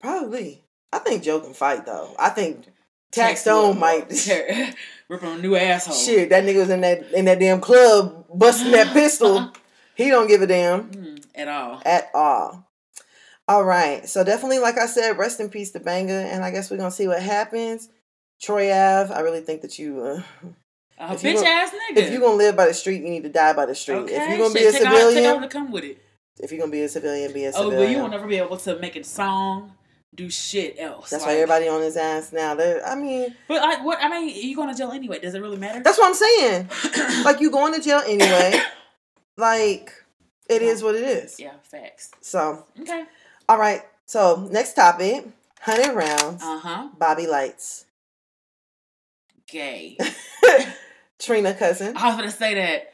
probably. I think Joe can fight, though. I think Tax Stone [laughs] Stone might. rip on a new asshole. Shit, that nigga was in that, in that damn club [laughs] busting that pistol. He don't give a damn. Mm, at all. at all. All right. So definitely, like I said, rest in peace to Banga, and I guess we're gonna see what happens. Troy Ave, I really think that you, uh, A If you bitch gon- ass nigga. if you're gonna live by the street, you need to die by the street. okay, if you're gonna be a shit, take all- take all civilian, to come with it. if you're gonna be a civilian, be a Oh, civilian. but you will never be able to make a song, do shit else. that's why Like- everybody on his ass now. They're, I mean, But like, what? I mean, you going to jail anyway? Does it really matter? that's [coughs] what [laughs] I'm saying. like you going to jail anyway. like it is what it is. [coughs] yeah, facts. So Okay. all right. So next topic: hundred rounds, Uh huh. Bobby Lights, Gay. [laughs] Trina cousin, I was gonna say that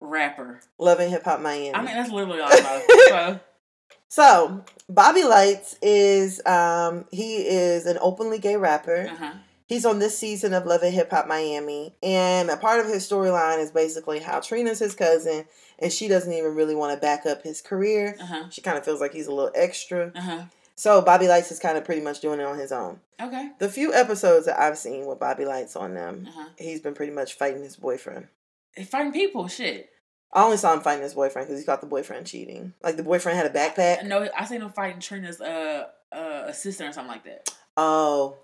rapper. Loving Hip Hop Miami. I mean, that's literally all [laughs] about. So, So Bobby Lights is um he is an openly gay rapper. uh huh. He's on this season of Love and Hip Hop Miami, and a part of his storyline is basically how Trina's his cousin, and she doesn't even really want to back up his career. Uh huh. She kind of feels like he's a little extra. Uh huh. So Bobby Lights is kind of pretty much doing it on his own. Okay. The few episodes that I've seen with Bobby Lights on them, Uh huh. he's been pretty much fighting his boyfriend. Fighting people, shit. I only saw him fighting his boyfriend because he caught the boyfriend cheating. Like the boyfriend had a backpack. No, I seen him fighting Trina's uh uh assistant or something like that. Oh,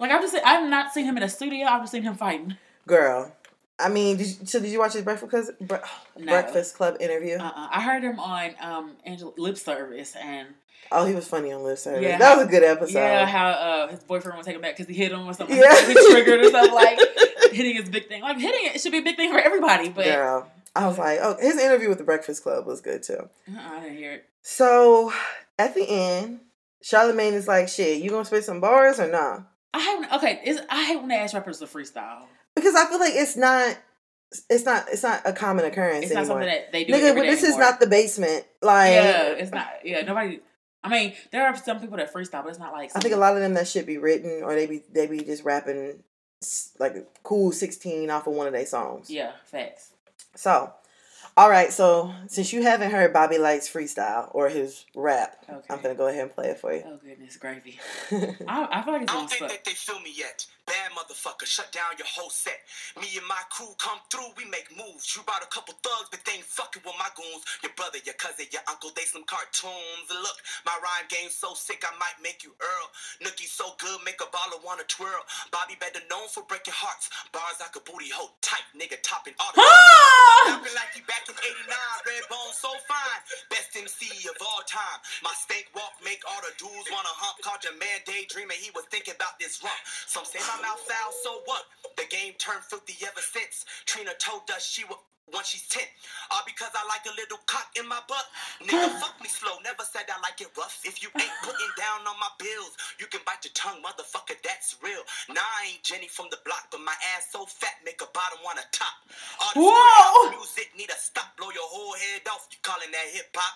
Like I'm just, saying- I've not seen him in a studio. I've just seen him fighting. Girl, I mean, did you, so did you watch his breakfast Club, bre- No. breakfast club interview? Uh uh I heard him on um Angel Lip Service and oh, he was funny on live service. Yeah. That was a good episode. yeah, how uh his boyfriend would take him back because he hit him or something. Yeah. he triggered or something [laughs] like hitting is a big thing. Like hitting it should be a big thing for everybody, but uh Girl, I was like, oh, his interview with the Breakfast Club was good too. Uh-uh, I didn't hear it. So at the end, Charlemagne is like, shit, you gonna spit some bars or nah? I haven't. Okay, is I hate when they ask rappers to freestyle. Because I feel like it's not it's not it's not a common occurrence It's not anymore. something that they do. Nigga, every but day this is anymore. not the basement. Like Yeah, it's not. Yeah, nobody. I mean, there are some people that freestyle, but it's not like. I think a lot of them that should be written or they be they be just rapping s- like a cool sixteen off of one of their songs. Yeah, facts. So, all right. So since you haven't heard Bobby Light's freestyle or his rap, Okay. I'm gonna go ahead and play it for you. Oh goodness, [laughs] gravy. I, I feel like it's I don't gonna think suck. that they feel me yet. Bad motherfucker, shut down your whole set. Me and my crew come through, we make moves. You brought a couple thugs, but they ain't fucking with my goons. Your brother, your cousin, your uncle, they some cartoons. Look, my rhyme game's so sick, I might make you Earl. Nookie's so good, make a baller wanna twirl. Bobby better known for breaking hearts. Bars like a booty hole, tight nigga, topping all the. Ah! Looking like he back in 89, red bone so fine. Best MC of all time. My stank walk make all the dudes wanna hump. Caught your man daydreaming, he was thinking about this rump. Some say my mouth foul, so what? The game turned filthy ever since. Trina told us she would. Once she's 10, all because I like a little cock in my butt. Nigga, fuck me slow, never said I like it rough. If you ain't putting down on my bills, you can bite your tongue, motherfucker, that's real. Nah, I ain't Jenny from the block, but my ass so fat, make a bottom wanna top. All this Whoa! house music need a stop, blow your whole head off. You calling that hip hop?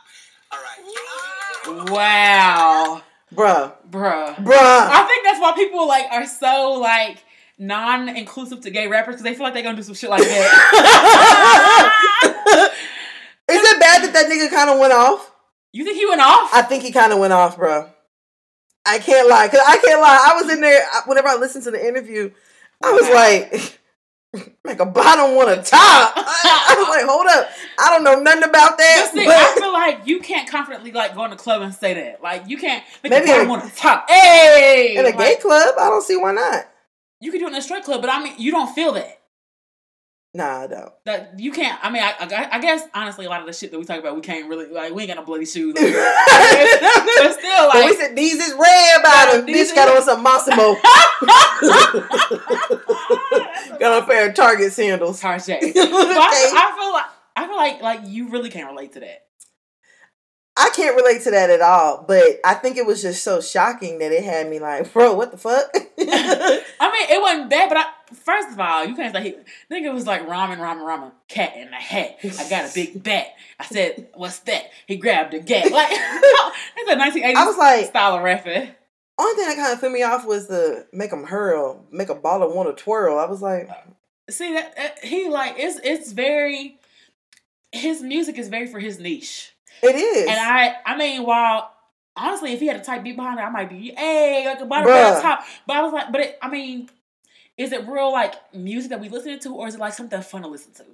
All right. Ah! Wow, Bruh, bruh. bruh. [laughs] I think that's why people like are so like non-inclusive to gay rappers because they feel like they're gonna do some shit like [laughs] that. Is it bad that that nigga kind of went off? you think he went off? I think he kind of went off, bro. I can't lie, cause I can't lie. I was in there I- whenever I listened to the interview. I was Wow. like, [laughs] like a bottom one a top. I, I was like, hold up, I don't know nothing about that. But see, I but feel like you can't confidently like go in the club and say that. Like you can't make Maybe Maybe in bottom a- on the top. Hey, [laughs] in a gay Like, club, I don't see why not. you can do it in a straight club, but I mean, you don't feel that. Nah, I don't. That you can't. I mean, I, I, I guess honestly, a lot of the shit that we talk about, we can't really like. We ain't got no bloody shoes. [laughs] Like, but still, But we [laughs] like, said these is red bottoms. These Bitch got is- on some Massimo. got on a pair of Target sandals. Tarjay. [laughs] Okay. But I, I feel like I feel like like you really can't relate to that. I can't relate to that at all, but I think it was just so shocking that it had me like, bro, what [laughs] the fuck? I mean, it wasn't bad, but I, first of all, you can't say nigga was like ramen, ramen, ramen, cat in the hat. I got a big bat. I said, "What's that?" He grabbed a gat. Like [laughs] that's a 1980s I was like- style of rapping. Only thing that kind of threw me off was the make them hurl, make a ball of want to twirl. I was like, See that uh, he like it's it's very his music is very for his niche. it is. And I, I mean, while honestly, if he had a tight beat behind it, I might be, hey, like a bottom Bruh. bell top. But I was like, but it, I mean, is it real like music that we listening to, or is it like something fun to listen to?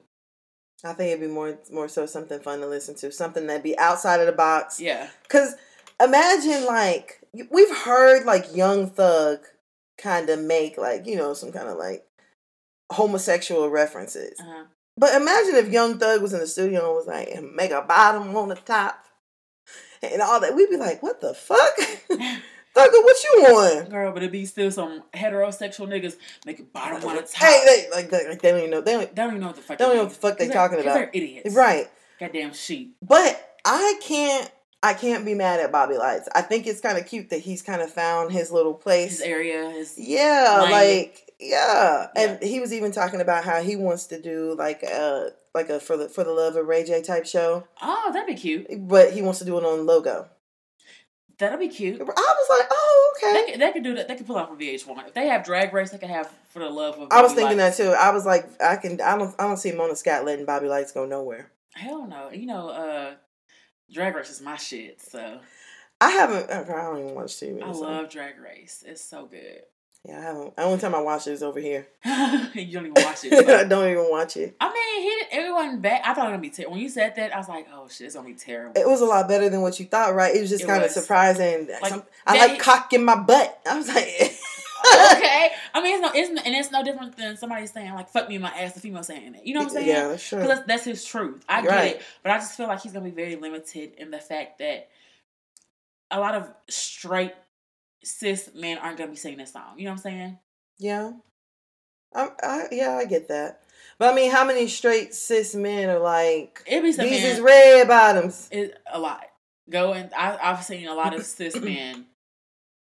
I think it'd be more more so something fun to listen to, something that'd be outside of the box. Yeah, Cause imagine like we've heard like Young Thug kind of make like you know some kind of like homosexual references, uh-huh. but imagine if Young Thug was in the studio and was like make a bottom on the top and all that, we'd be like, what [laughs] the fuck, [laughs] Thugger, what you on? girl, but it be still some heterosexual niggas making bottom on the top. [laughs] Hey, they like, they like they don't even know they don't. they don't even know what the fuck. They don't it know what is. the fuck they 'Cause talking cause about. They're idiots, Right. Goddamn sheep. But I can't I can't be mad at Bobby Lights. I think it's kind of cute that he's kind of found his little His place. area is Yeah, Lane. like yeah. And he was even talking about how he wants to do like a like a for the for the love of Ray J type show, oh, that'd be cute. but he wants to do it on logo. That'd be cute. I was like, "Oh, They okay." could, they could do that. They could pull off a VH1. If they have drag race, they could have for the love of. I was Baby thinking Lights. that too. I was like, "I can I don't I don't see Mona Scott letting Bobby Lights go nowhere." Hell no. You know, uh Drag Race is my shit, so I haven't I don't even watch TV. I so. love Drag Race. It's so good. [laughs] Yeah, I haven't. The only time I watch it is over here. you don't even watch it. [laughs] I so. don't even watch it. I mean, he did, it wasn't bad. I thought it was gonna be terrible. When you said that, I was like, oh shit, it's gonna be terrible. It was a lot better than what you thought, right? It was just It kind was. of surprising. Some- I they- like cock in my butt. I was like, [laughs] okay. I mean, it's no, it's no, and it's no different than somebody saying like "fuck me in my ass." The female saying it. You know what I'm saying? [laughs] yeah, that's true. Because that's, that's his truth. I get Right. it. But I just feel like he's going to be very limited in the fact that a lot of straight cis men aren't going to be singing this song. You know what I'm saying? Yeah, I, I, yeah, I get that. But I mean, how many straight cis men are like It'd be some these men- is red bottoms? [clears throat] it, a lot. Go and I, I've seen a lot of cis men.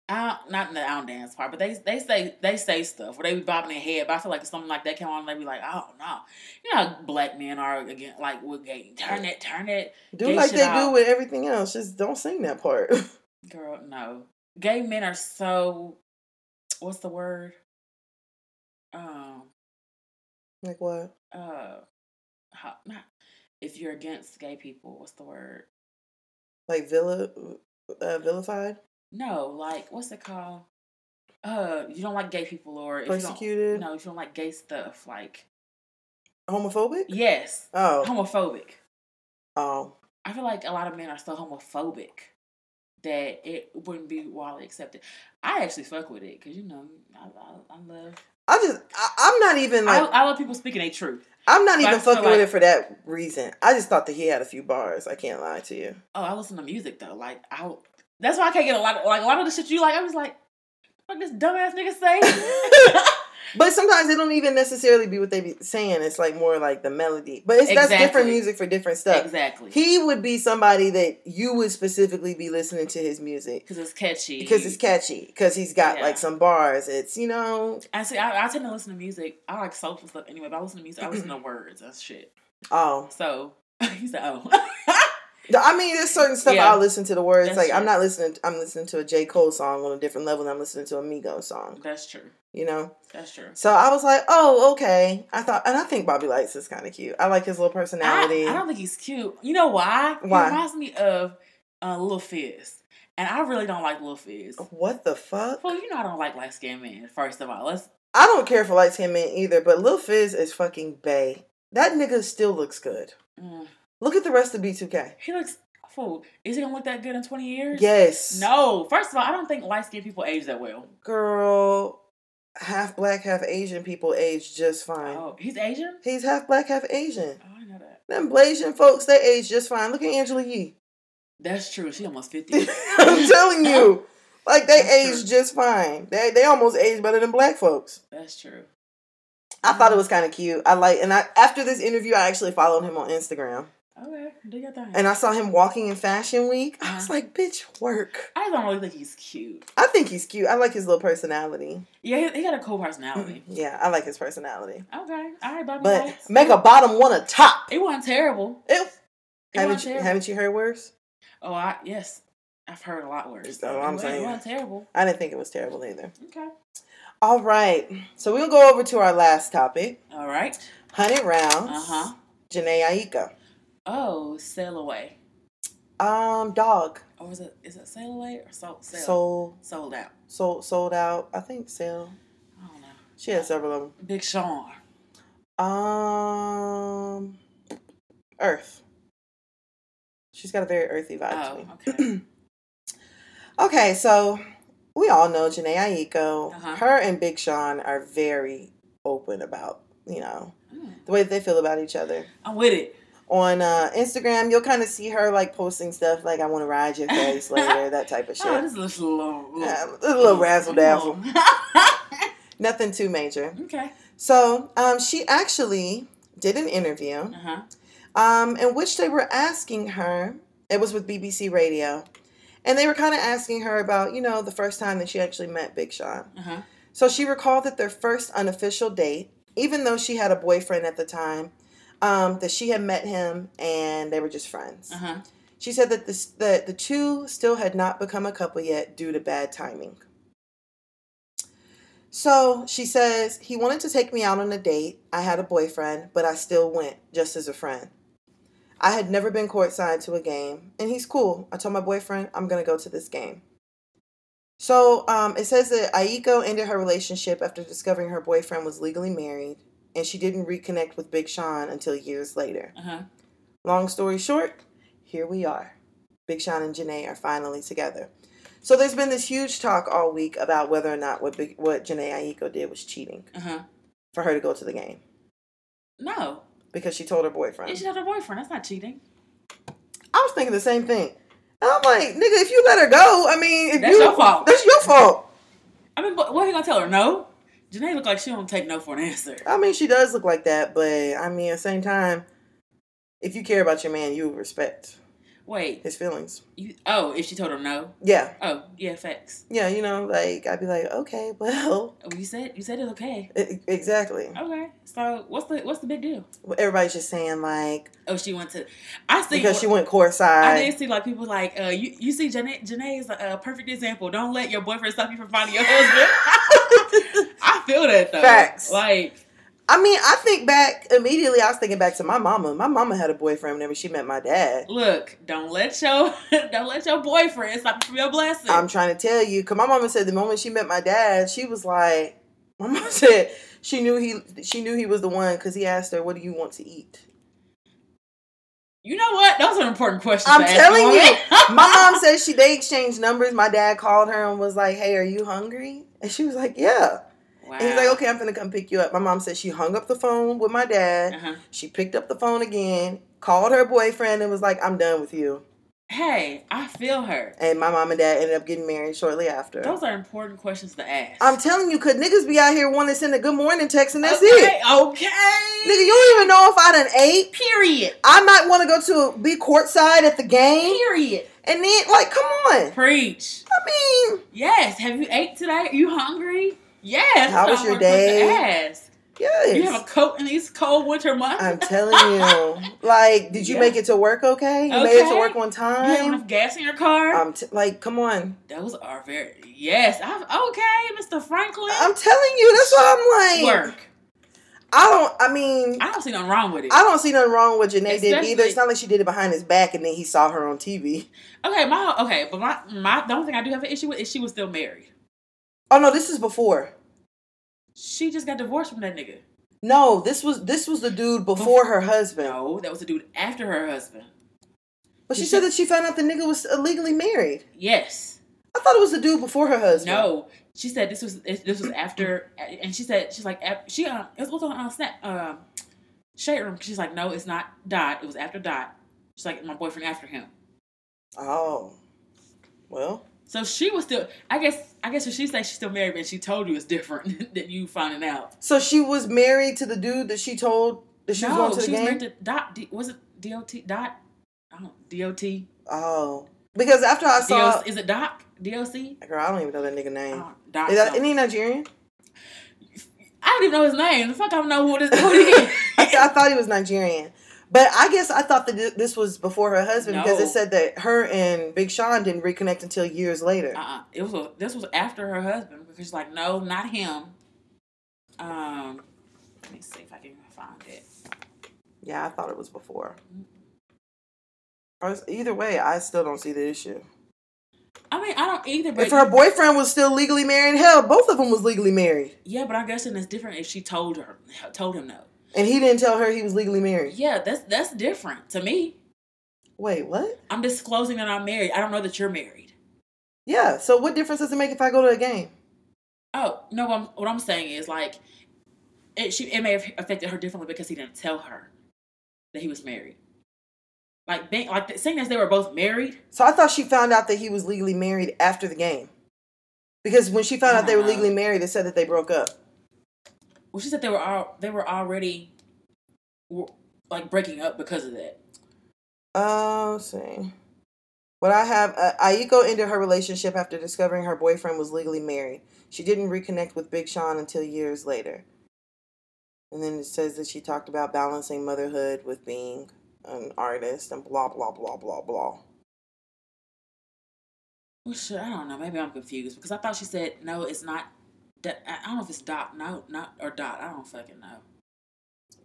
I don't, not in the out dance part, but they they say they say stuff where they be bobbing their head. But I feel like if something like that came on, they be like, oh no, you know, how black men are again like with gay. Turn it, turn it, Do Gay like shit they do out. with everything else. Just don't sing that part. [laughs] girl. No, gay men are so. What's the word? Um. like what? Uh. How, not if you're against gay people. What's the word? Like villa, uh, vilified, No, like what's it called? Uh, you don't like gay people or if You persecuted, don't, no, if you don't like gay stuff, like homophobic. yes, Oh, homophobic. oh, I feel like a lot of men are so homophobic that it wouldn't be widely accepted. I actually fuck with it because you know I, I, I love I just I, I'm not even like I, I love people speaking their truth. I'm But not I even just feel fucking with like- it for that reason. I just thought that he had a few bars. I can't lie to you. Oh, I listen to music though. Like I, that's why I can't get a lot of like a lot of the shit you like. I was like, what this dumbass nigga [laughs] say? [laughs] But sometimes they don't even necessarily be what they be saying. It's like more like the melody. But it's that's different Exactly. music for different stuff. exactly. He would be somebody that you would specifically be listening to his music Because it's catchy. because it's catchy. Because he's got Yeah. like some bars. It's you know I see. I, I tend to listen to music. I like soulful stuff anyway. But I listen to music. I listen [clears throat] to words. That's shit. oh So [laughs] he said, "Oh, [laughs] No, I mean, there's certain stuff Yeah. I'll listen to the words. That's like I'm true. not listening. I'm listening to a J Cole song on a different level than I'm listening to a Migos song. that's true. You know. That's true." So I was like, oh, okay. I thought, and I think Bobby Lights is kind of cute. I like his little I, personality. I don't think he's cute. You know why? Why? He reminds me of uh, Lil Fizz, and I really don't like Lil Fizz. what the fuck? Well, you know I don't like light skinned men. First of all, let's I don't care for light skinned men either, but Lil Fizz is fucking bae. That nigga still looks good. mm, Look at the rest of B2K. he looks fool. Is he gonna look that good in twenty years? Yes. No. First of all, I don't think light skinned people age that well. Girl, half black, half Asian people age just fine. Oh, he's Asian. He's half black, half Asian. Oh, I know that. Them Blasian folks, they age just fine. Look at Angela Yee. [laughs] That's true. She [laughs] almost fifty. I'm telling [laughs] you. Like they That's true. age just fine. They they almost age better than black folks. That's true. I Mm-hmm. thought it was kind of cute. I like and I after this interview I actually followed him on Instagram. Mm-hmm. Okay, do your thing. And I saw him walking in fashion week. I was Uh-huh. like, bitch, work. I don't really think he's cute. I think he's cute. I like his little personality. Mm-hmm. Yeah, he, he got a cool personality. Yeah, I like his personality. okay, all right, Bobby. But Lights. make a bottom one a top. It wasn't terrible. Ew. It Haven't wasn't you, terrible. haven't you heard worse? Oh, I yes, I've heard a lot worse. That's what I'm it wasn't- saying. It wasn't terrible. I didn't think it was terrible either. Okay. All right. So we'll go over to our last topic. All right. Hundred rounds. Uh huh. Janae Aika. Oh, sail away. Um, dog. Or is it is it sail away or sold sail? Sold, Sold out. sold, sold out. I think sale. I don't know. She had several of Big Sean. them. Um, Earth. She's got a very earthy vibe to me. Oh, [clears throat] okay. Oh. Okay, so we all know Janae Aiko. Uh-huh. Her and Big Sean are very open about you know Mm, the way that they feel about each other. I'm with it. On uh, Instagram, you'll kind of see her like posting stuff like "I want to ride [laughs] your face later," that type of shit. Oh, this is a little, little, Yeah, a little razzle dazzle. [laughs] Mm. Nothing too major. okay. So um, she actually did an interview Uh huh. um, in which they were asking her, it was with BBC Radio, and they were kind of asking her about, you know, the first time that she actually met Big Sean. Uh huh. So she recalled that their first unofficial date, even though she had a boyfriend at the time, um, that she had met him and they were just friends. Uh huh. She said that this, the, the two still had not become a couple yet due to bad timing. So she says, he wanted to take me out on a date. I had a boyfriend, but I still went just as a friend. I had never been courtside to a game, and he's cool. I told my boyfriend, I'm going to go to this game. So um, it says that Aiko ended her relationship after discovering her boyfriend was legally married, and she didn't reconnect with Big Sean until years later. Uh huh. Long story short, here we are. Big Sean and Janae are finally together. So there's been this huge talk all week about whether or not what Big, what Janae Aiko did was cheating Uh huh. for her to go to the game No, because she told her you boyfriend. should have a boyfriend. That's not cheating. I was thinking the same thing. And I'm like, nigga, if you let her go, I mean, if That's you, your fault. That's your fault. I mean, but what are you gonna tell her? No. Janae look like she don't take no for an answer. I mean, she does look like that, but I mean, at the same time, if you care about your man, you respect. Wait. his feelings. You, oh, if she told him no. Yeah, Oh, yeah, facts. yeah, you know, like I'd be like, okay, [laughs] well, Oh, you said you said it's okay. e- exactly. Okay. So what's the what's the big deal? Everybody's just saying like Oh, she went to. I see. because she went I courtside. did see like people like uh, you. You see, Janae, Janae's a, a perfect example. Don't let your boyfriend stop you from finding your husband. [laughs] I feel that though. Facts. Like I mean, I think back immediately. I was thinking back to my mama. My mama had a boyfriend whenever she met my dad. Look, don't let your [laughs] don't let your boyfriend stop you from your blessing. I'm trying to tell you, cause my mama said the moment she met my dad, she was like, [laughs] my mom said she knew he she knew he was the one because he asked her, "What do you want to eat?" you know what? Those are important questions. I'm to ask telling a you, woman. my mom said she they exchanged numbers. My dad called her and was like, "Hey, are you hungry?" And she was like, "Yeah." [laughs] Wow. And he's like, "Okay, I'm gonna come pick you up." My mom said she hung up the phone with my dad. Uh-huh. She picked up the phone again, called her boyfriend, and was like, "I'm done with you." Hey, I feel her. And my mom and dad ended up getting married shortly after. Those are important questions to ask. I'm telling you, could niggas be out here wanting to send a good morning text and that's okay, it. Nigga, Okay. you don't even know if I done ate. Period. I might want to go to be courtside at the game. Period. And then, like, come on. Preach. I mean, Yes. Have you ate today? Are you hungry? Yes. How That's was your an important question day? To ask. yes. You have a coat in these cold winter months. I'm [laughs] telling you. Like, did you Yeah. make it to work okay? You made it to Okay. work on You have time? enough gas in your car. I'm t- like, come on. Those are very yes. I've, okay, Mr. Franklin. I'm telling you, that's why I'm like, work. I don't, I mean, I don't see nothing wrong with it. I don't see nothing wrong with Janae did either. Especially- It's not like she did it behind his back and then he saw her on TV. okay, my okay, but my my the only thing I do have an issue with is she was still married. Oh, no, this is before. She just got divorced from that nigga. No, this was this was the dude before her husband. No, that was a dude after her husband. But she said that she found out the nigga was illegally married. Yes. I thought it was the dude before her husband. No, she said this was this was after, and she said she's like af- she um it was also on uh, snap um shade room. She's like no, it's not Dot. It was after Dot. She's like my boyfriend after him. Oh. Well, So she was still. I guess. I guess if she says she's still married, but she told you it's different [laughs] than you finding out. so she was married to the dude that she told that she no, was going to the she was game. married to Dot. D, was it Dot? Dot. I don't. Dot. oh, because after I saw, DOC. Is it Doc? Doc. girl, I don't even know that nigga name. Oh, Doc. Is that something. any Nigerian? I don't even know his name. The fuck I don't know who this who he is. I, [laughs] th- I thought he was Nigerian, but I guess I thought that thi- this was before her husband because No. it said that her and Big Sean didn't reconnect until years later. uh-uh. It was a, this was after her husband because she's like, no, not him. Um, let me see if I can find it. Yeah, I thought it was before. Or it's- Either way, I still don't see the issue. I mean, I don't either. But If her boyfriend was still legally married, hell, both of them was legally married, yeah, but I'm guessing it's different if she told her told him no. and he didn't tell her he was legally married. Yeah, that's that's different to me. Wait, what? I'm disclosing that I'm married. I don't know that you're married. Yeah. So what difference does it make if I go to a game? Oh no, what I'm, what I'm saying is like, it she it may have affected her differently because he didn't tell her that he was married. Like being like saying that they were both married. So I thought she found out that he was legally married after the game, because when she found out they were Uh. legally married, it said that they broke up. Well, she said they were all they were already w- like breaking up because of that. Uh, let's see. What I have, uh, Aiko ended her relationship after discovering her boyfriend was legally married. She didn't reconnect with Big Sean until years later. And then it says that she talked about balancing motherhood with being an artist and blah, blah, blah, blah, blah. Well, shit, I don't know. Maybe I'm confused because I thought she said no. It's not. That, I I don't know if it's dot no not or dot. I don't fucking know.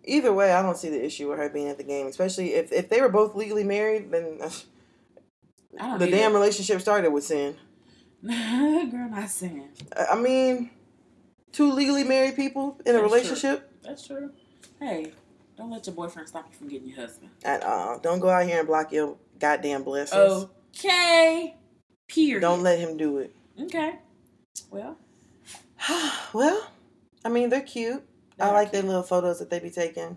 Either way, I don't see the issue with her being at the game, especially if, if they were both legally married, then [laughs] I don't. the either. damn relationship started with sin. [laughs] girl, not saying. I I mean, two legally married people in That's a true. relationship. That's true. Hey, don't let your boyfriend stop you from getting your husband. at all. Don't go out here and block your goddamn blessings. Okay. Oh, Period. Don't let him [sighs] do it. Okay. Well, well, I mean, they're cute. I They're like their little photos that they be taking.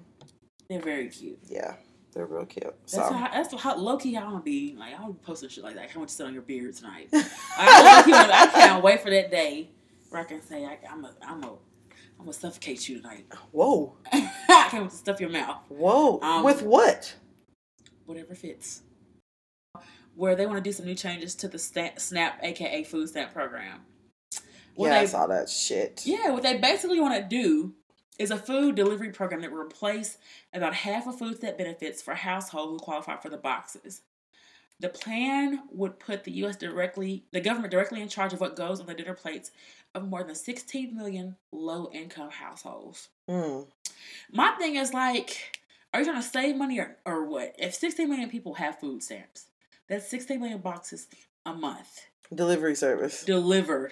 they're very cute. Yeah, they're real cute. So, That's how. That's how low key how I'm gonna be. Like I'm posting shit like that. I can't wait to sit on your beard tonight. [laughs] I, low-key, I can't wait for that day where I can say I, I'm a I'm a I'm gonna suffocate you tonight. [laughs] whoa, I Um, can't wait to stuff your mouth. whoa. Um, With what? Whatever fits. where they want to do some new changes to the sta- SNAP, aka food stamp program. What yeah, I they- saw that shit. yeah, what they basically want to do is a food delivery program that will replace about half of food stamp benefits for households who qualify for the boxes. The plan would put the U.S. directly, the government directly in charge of what goes on the dinner plates of more than 16 million low-income households. Mm. My thing is like, are you trying to save money or, or what? If 16 million people have food stamps, that's 16 million boxes a month Delivery service. delivered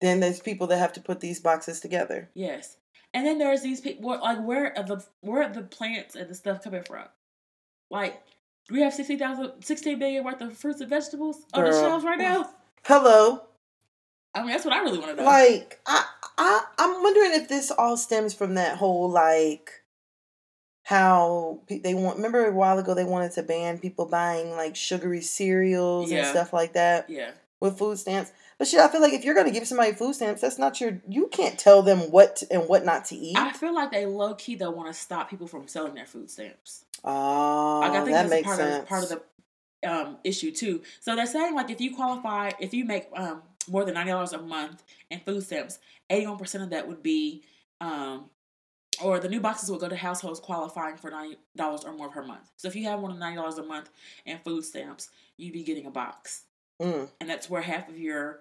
then there's people that have to put these boxes together. Yes. And then there's these people like where are the where are the plants and the stuff coming from? Like do we have 60,000 16 billion worth of fruits and vegetables on the Girl. shelves right [laughs] now? Hello. I mean, that's what I really want to know. Like I, I I'm wondering if this all stems from that whole like how pe- they want remember a while ago they wanted to ban people buying like sugary cereals and Yeah. stuff like that yeah. with food stamps. But shit, I feel like if you're going to give somebody food stamps, that's not your you can't tell them what to- and what not to eat. I feel like they low key though want to stop people from selling their food stamps. oh, like I think that that's a makes part sense. of part of the um, issue too. So they're saying like if you qualify, if you make um, more than ninety dollars a month in food stamps, eighty one percent of that would be, um, or the new boxes would go to households qualifying for ninety dollars or more per month. So if you have more than ninety dollars a month in food stamps, you'd be getting a box, Mm. and that's where half of your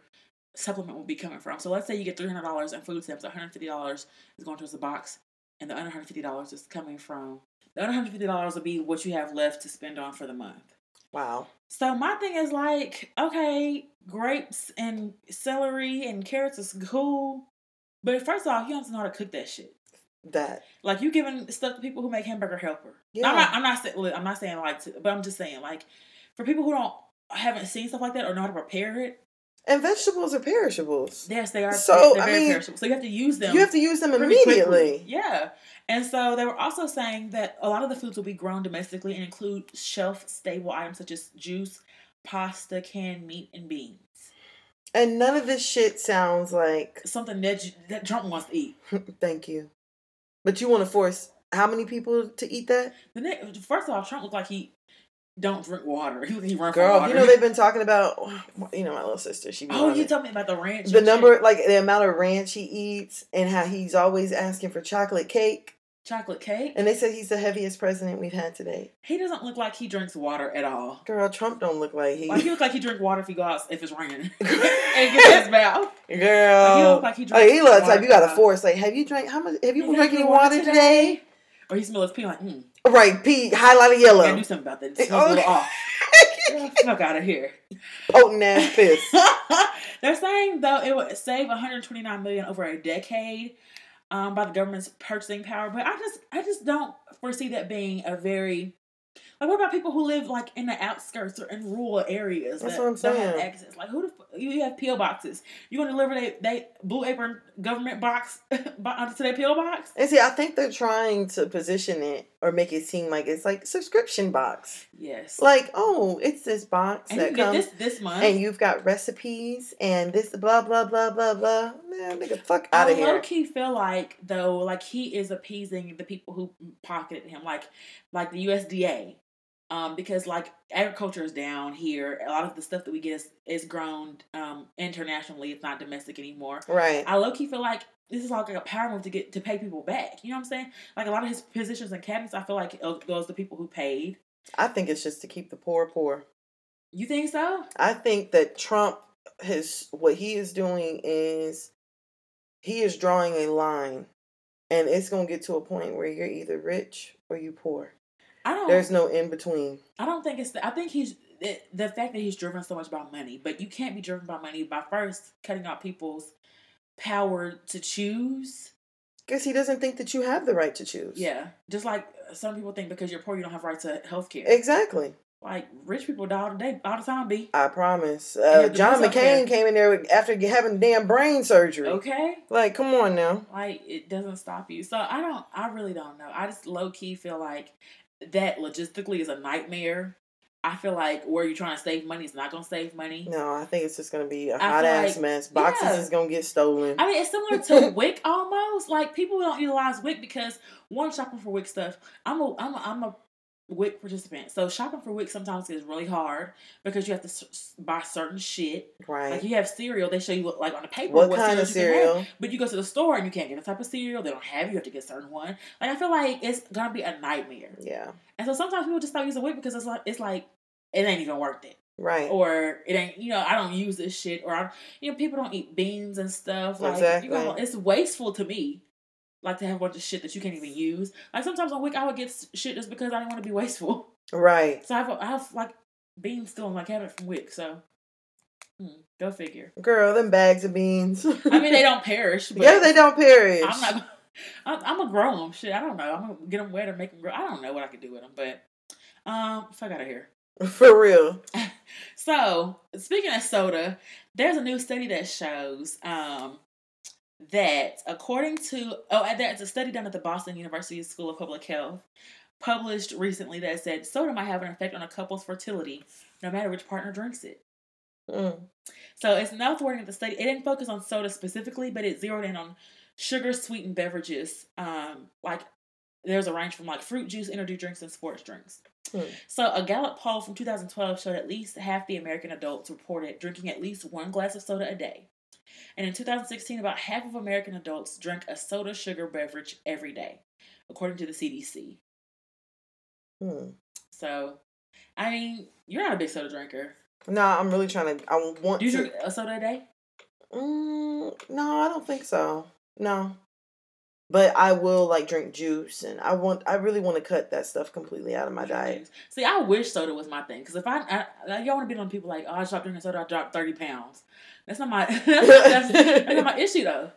supplement will be coming from. So let's say you get three hundred dollars in food stamps, one hundred fifty dollars is going towards the box, and the other hundred fifty dollars is coming from the other hundred fifty dollars will be what you have left to spend on for the month. Wow. So my thing is like, okay, grapes and celery and carrots is cool, but first off, you don't know how to cook that shit. That Like you giving stuff to people who make hamburger helper. Yeah. I'm not. I'm not, saying- look, I'm not saying like, to, but I'm just saying like, for people who don't haven't seen stuff like that or know how to prepare it, and vegetables are perishables. yes, they are. So, they're I very mean, perishable. So you have to use them. You have to use them pretty quickly. immediately. Yeah. And so they were also saying that a lot of the foods will be grown domestically and include shelf stable items such as juice, pasta, canned meat, and beans. And none of this shit sounds like Something that you, that Trump wants to eat. [laughs] thank you. But you want to force how many people to eat that? The next, first of all, Trump looked like he don't drink water. [laughs] He he run from Girl, water. you know they've been talking about [sighs] you know my little sister, she be [laughs] oh, on you it. told me about the ranch. the and number shit. like the amount of ranch he eats and how he's always asking for chocolate cake. chocolate cake. And they said he's the heaviest president we've had today. he doesn't look like he drinks water at all. Girl, Trump don't look like he [laughs] Like he look like he drink water if he goes if it's raining. [laughs] and get his mouth. Like, he [laughs] Girl. look like he Like, drinks he looks water like you got at a all. force. Like, have you drank how much have you You been got drinking any water today? Or he smells pee like, mm, Right, P highlighter I gotta yellow. do something about that. It smells a [laughs] Okay. little off. Get the fuck out of here. [laughs] Potent ass piss. They're saying though it would save 129 million over a decade um, by the government's purchasing power, but I just I just don't foresee that being a very like what about people who live like in the outskirts or in rural areas That's that what I'm don't have saying. access? Like who the f- you have PO boxes? You gonna deliver they they blue apron government box [laughs] bo- onto their PO box? And see, I think they're trying to position it or make it seem like it's like subscription box. Yes. Like, oh, it's this box and you that can get comes this this month. and you've got recipes and this blah blah blah blah blah. Man, nigga, fuck out I of here. low key feel like though, like he is appeasing the people who pocketed him, like like the USDA, um, because like agriculture is down here. A lot of the stuff that we get is is grown um internationally. It's not domestic anymore. Right. I low key feel like this is like a power move to get to pay people back. You know what I'm saying? Like a lot of his positions and cabinets, I feel like uh, it goes to people who paid. I think it's just to keep the poor poor. You think so? I think that Trump his what he is doing is he is drawing a line and it's gonna get to a point where you're either rich or you poor. I don't. There's no in between. I don't think it's. The, I think he's the, the fact that he's driven so much by money, but you can't be driven by money by first cutting out people's power to choose. Guess he doesn't think that you have the right to choose. Yeah, just like some people think because you're poor, you don't have right to health care. Exactly. like rich people die all the day, all the time. Be I promise. Yeah, Uh, the John dude's okay. McCain came in there with- after having damn brain surgery. okay. Like, come on now. Like it doesn't stop you. So I don't. I really don't know. I just low key feel like that logistically is a nightmare. I feel like where you're trying to save money is not gonna save money. No, I think it's just gonna be a feel hot ass like- mess. Boxes yeah. is gonna get stolen. I mean, it's [laughs] similar to Wick almost. Like people don't utilize Wick because one shopping for Wick stuff. I'm a I'm a, I'm a WIC participant. So shopping for WIC sometimes is really hard because you have to s- s- buy certain shit. Like Right. you have cereal, they show you like on the paper What kind cereals you can have. of cereal? But you go to the store and you can't get a type of cereal. They don't have. it. You have to get a certain one. Like I feel like it's gonna be a nightmare. Yeah. And so sometimes people just stop using whip because it's like it's like it ain't even worth it, Right. or it ain't you know I don't use this shit, or I'm you know people don't eat beans and stuff. Like Exactly. you know, it's wasteful to me. Like to have a bunch of shit that you can't even use. Like sometimes on Wick I would get s- shit just because I didn't want to be wasteful. [laughs] Right. So I have, I have like beans still in my cabinet from Wick. So hmm, go figure. Girl, them bags of beans. [laughs] [laughs] I mean they don't perish. But yeah, they don't perish. I'm not. gonna- I'm, I'm gonna grow them. Shit, I don't know. I'm gonna get them wet or make them grow. I don't know what I could do with them, but um, fuck out of here. [laughs] For real. So speaking of soda, there's a new study that shows um that according to oh, and that's a study done at the Boston University School of Public Health, published recently that said soda might have an effect on a couple's fertility, no matter which partner drinks it. Mm. So it's now thwarting the study. It didn't focus on soda specifically, but it zeroed in on sugar sweetened beverages. Um, like there's a range from like fruit juice, energy drinks, and sports drinks. Hmm. So a Gallup poll from 2012 showed at least half the American adults reported drinking at least one glass of soda a day. And in 2016, about half of American adults drank a soda sugar beverage every day, according to the CDC. Mm. So, I mean, you're not a big soda drinker. Nah, I'm really trying to. I want Do you to. drink a soda a day? Mm, no, I don't think so. No. But I will like drink juice and I want I really want to cut that stuff completely out of my diet. See, I wish soda was my thing because if I, I like, y'all want to be on people like, oh, I stopped drinking soda, I dropped thirty pounds. That's not my [laughs] that's, that's not [laughs] my issue though.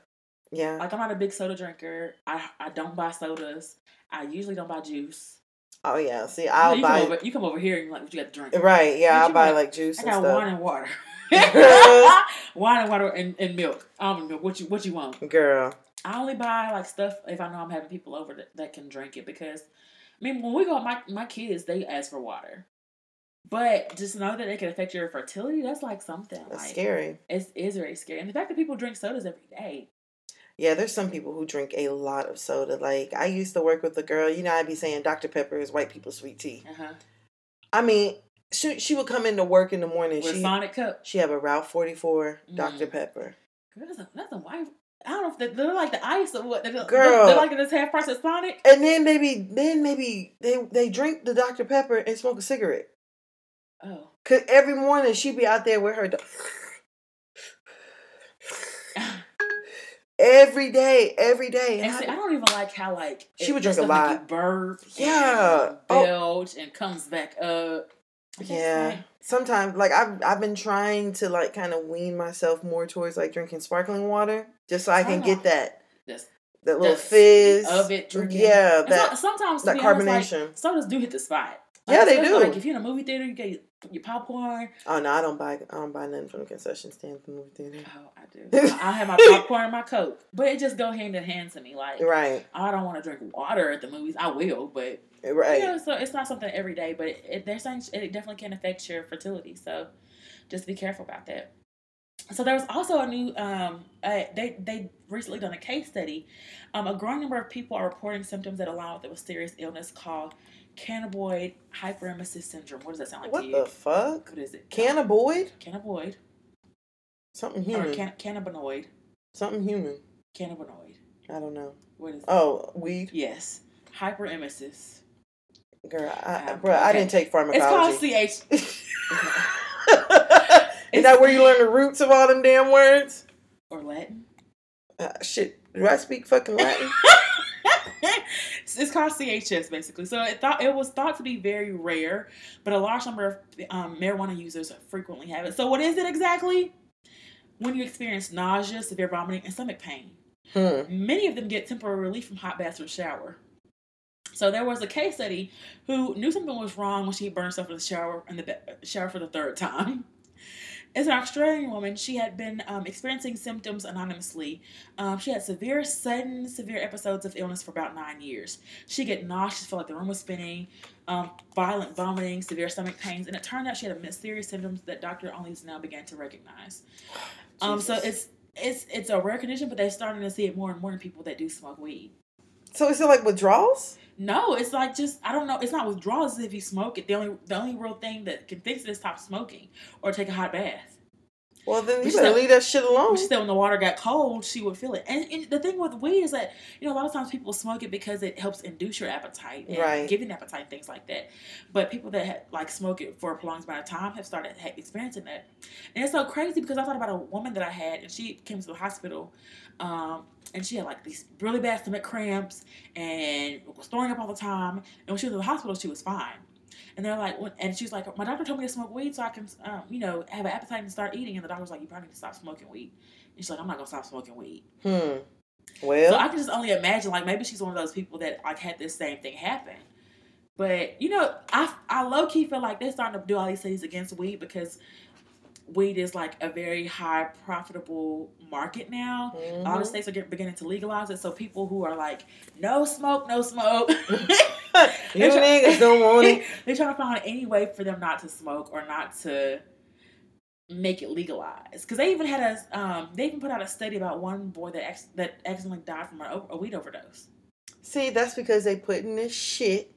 Yeah. Like I'm not a big soda drinker. I I don't buy sodas. I usually don't buy juice. Oh yeah. See, You know, I'll you buy Come over, you come over here and you're like, what you got to drink? Right, yeah, What I'll you buy want? like juice I and got wine stuff. and [laughs] water. [laughs] wine and water and, and milk, almond milk. What you what you want? Girl. I only buy like stuff if I know I'm having people over that, that can drink it because I mean when we go out, my my kids they ask for water. But just know that it can affect your fertility, that's like something. That's like scary. it's is very scary. And the fact that people drink sodas every day. Yeah, there's some people who drink a lot of soda. Like I used to work with a girl, you know, I'd be saying Dr. Pepper is white people's sweet tea. Uh-huh. I mean, she she would come into work in the morning. With She Sonic Cup. she have a Route 44 Dr. Mm. Pepper. Girl, that's a, that's a wife. I don't know if they, they're like the ice or what. They're, they're- Girl. they're like this half price at Sonic. And then maybe then maybe they they drink the Dr. Pepper and smoke a cigarette. Oh. Cause every morning she'd be out there with her dog. every day, every day. And And see, I I- don't even like how like She it- would drink it's a gonna lot. make you burp, and Yeah. Oh. belch, and comes back up. I just yeah. like- Sometimes like I've I've been trying to like kind of wean myself more towards like drinking sparkling water just so I can Oh. get that That's- that little that's fizz Mm, of it drinking. Yeah, And that so, sometimes to that be honest, carbonation. like, sodas do hit the spot. Like, Yeah, they especially, do. Like if you're in a movie theater, you get your, your popcorn. oh no, I don't buy I don't buy nothing from the concession stand at the movie theater. Oh, I do. I I have [laughs] my popcorn and my coke, but it just go hand in hand to me. Like Right, I don't want to drink water at the movies. I will, but right. you know, so it's not something every day. But it, it, there's things it definitely can affect your fertility. So just be careful about that. So there was also a new um, uh, they they recently done a case study. Um, a growing number of people are reporting symptoms that align with a serious illness called cannabinoid hyperemesis syndrome. What does that sound like to What you? the fuck? what is it? Cannaboid? cannabinoid Something or human. can- cannabinoid Something human. cannabinoid. I don't know. What is? it? Oh, weed. Yes, hyperemesis. Girl, I, I, Uh, bruh, I okay. didn't take It's called pharmacology. [laughs] CH. Is that where you learn the roots of all them damn words? or Latin. Uh, shit, do I speak [laughs] fucking Latin? it's called CHS basically. So it thought it was thought to be very rare, but a large number of um, marijuana users frequently have it. So what is it exactly? When you experience nausea, severe vomiting, and stomach pain, hmm. many of them get temporary relief from hot baths or shower. So there was a case study who knew something was wrong when she burned herself in the shower in the ba- shower for the third time. [laughs] As an Australian woman, she had been um, experiencing symptoms anonymously. Um, she had severe, sudden, severe episodes of illness for about nine years. She get nauseous, felt like the room was spinning, um, violent vomiting, severe stomach pains, and it turned out she had a serious symptoms that doctor only now began to recognize. Um, so Jesus. it's it's it's a rare condition, but they're starting to see it more and more in people that do smoke weed. So is it like withdrawals? No, it's like just I don't know. It's not withdrawals if you smoke it. The only the only real thing that can fix it is stop smoking or take a hot bath. Well, then you Which better that- leave that shit But alone. She said when the water got cold, she would feel it. And, and the thing with weed is that you know a lot of times people smoke it because it helps induce your appetite, and Right. Giving appetite, things like that. But people that ha like smoke it for a prolonged amount of time have started ha- experiencing that, and it's so crazy because I thought about a woman that I had, and she came to the hospital, um, and she had like these really bad stomach cramps and was throwing up all the time. And when she was in the hospital, she was fine. And they're like, what- and she was like, my doctor told me to smoke weed so I can, um, you know, have an appetite and start eating. And the doctor was like, you probably need to stop smoking weed. And she's like, I'm not gonna stop smoking weed. Hmm. Well, So I can just only imagine, like maybe she's one of those people that like had this same thing happen. But you know, I I low key feel like they're starting to do all these things against weed because weed is like a very high profitable market now. A lot of mhm. states are get, beginning to legalize it, so people who are like, no smoke, no smoke. [laughs] you [laughs] niggas don't want it. They're trying to find any way for them not to smoke or not to make it legalized. Because they even had a, um, they even put out a study about one boy that ex- that accidentally died from a, a weed overdose. See, that's because they putting this shit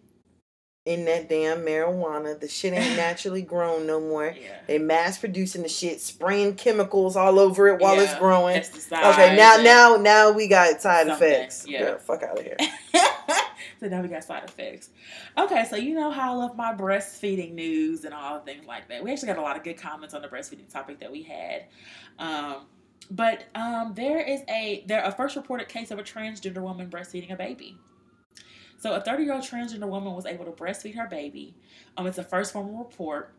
in that damn marijuana. The [laughs] shit ain't naturally grown no more. Yeah. They mass producing the shit, spraying chemicals all over it while it's Yeah. growing. Pesticides Okay, now and- now now we got side Something, effects. yeah. Girl, fuck out of [laughs] here. so now we got side effects. Okay, so you know how I love my breastfeeding news and all things like that. We actually got a lot of good comments on the breastfeeding topic that we had. Um, but um, there is a there a first reported case of a transgender woman breastfeeding a baby. So a 30 year old transgender woman was able to breastfeed her baby. Um, it's the first formal report.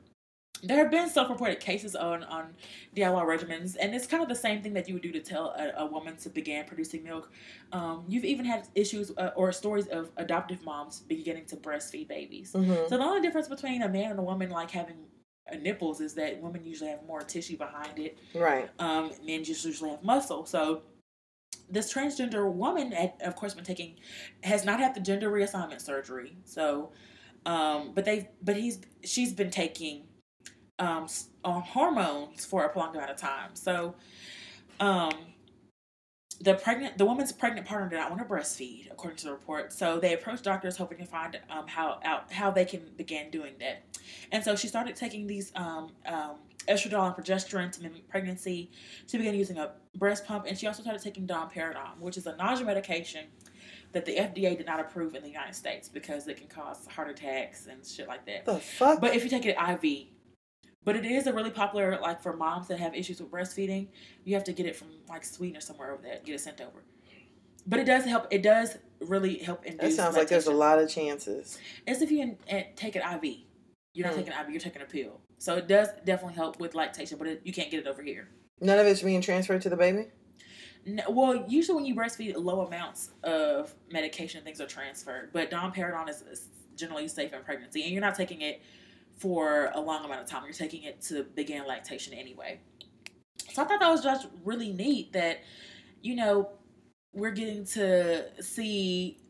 There have been self-reported cases on on DIY regimens, and it's kind of the same thing that you would do to tell a, a woman to begin producing milk. Um, you've even had issues uh, or stories of adoptive moms beginning to breastfeed babies. Mhm. So the only difference between a man and a woman like having uh, nipples is that women usually have more tissue behind it. Right. Um, men just usually have muscle. So this transgender woman had, of course, been taking has not had the gender reassignment surgery. So, um, but they but he's she's been taking um s- on hormones for a prolonged amount of time. So, um. The pregnant, the woman's pregnant partner did not want to breastfeed, according to the report. So they approached doctors, hoping to find um, how out how they can begin doing that. And so she started taking these um, um, estradiol and progesterone to mimic pregnancy. She began using a breast pump, and she also started taking domperidone, which is a nausea medication that the FDA did not approve in the United States because it can cause heart attacks and shit like that. The fuck. But if you take it IV, but it is a really popular like for moms that have issues with breastfeeding, you have to get it from like Sweden or somewhere over there, get it sent over. But it does help. It does really help that induce. sounds like there's a lactation. lot of chances. It's if you in, eh, take an IV. You're not Hmm. taking IV, you're taking a pill. So it does definitely help with lactation, but it, you can't get it over here. None of it's being transferred to the baby. No, well, usually when you breastfeed, low amounts of medication and things are transferred, but domperidone is, is generally safe in pregnancy, and you're not taking it for a long amount of time. You're taking it to begin lactation anyway. So I thought that was just really neat that, you know, we're getting to see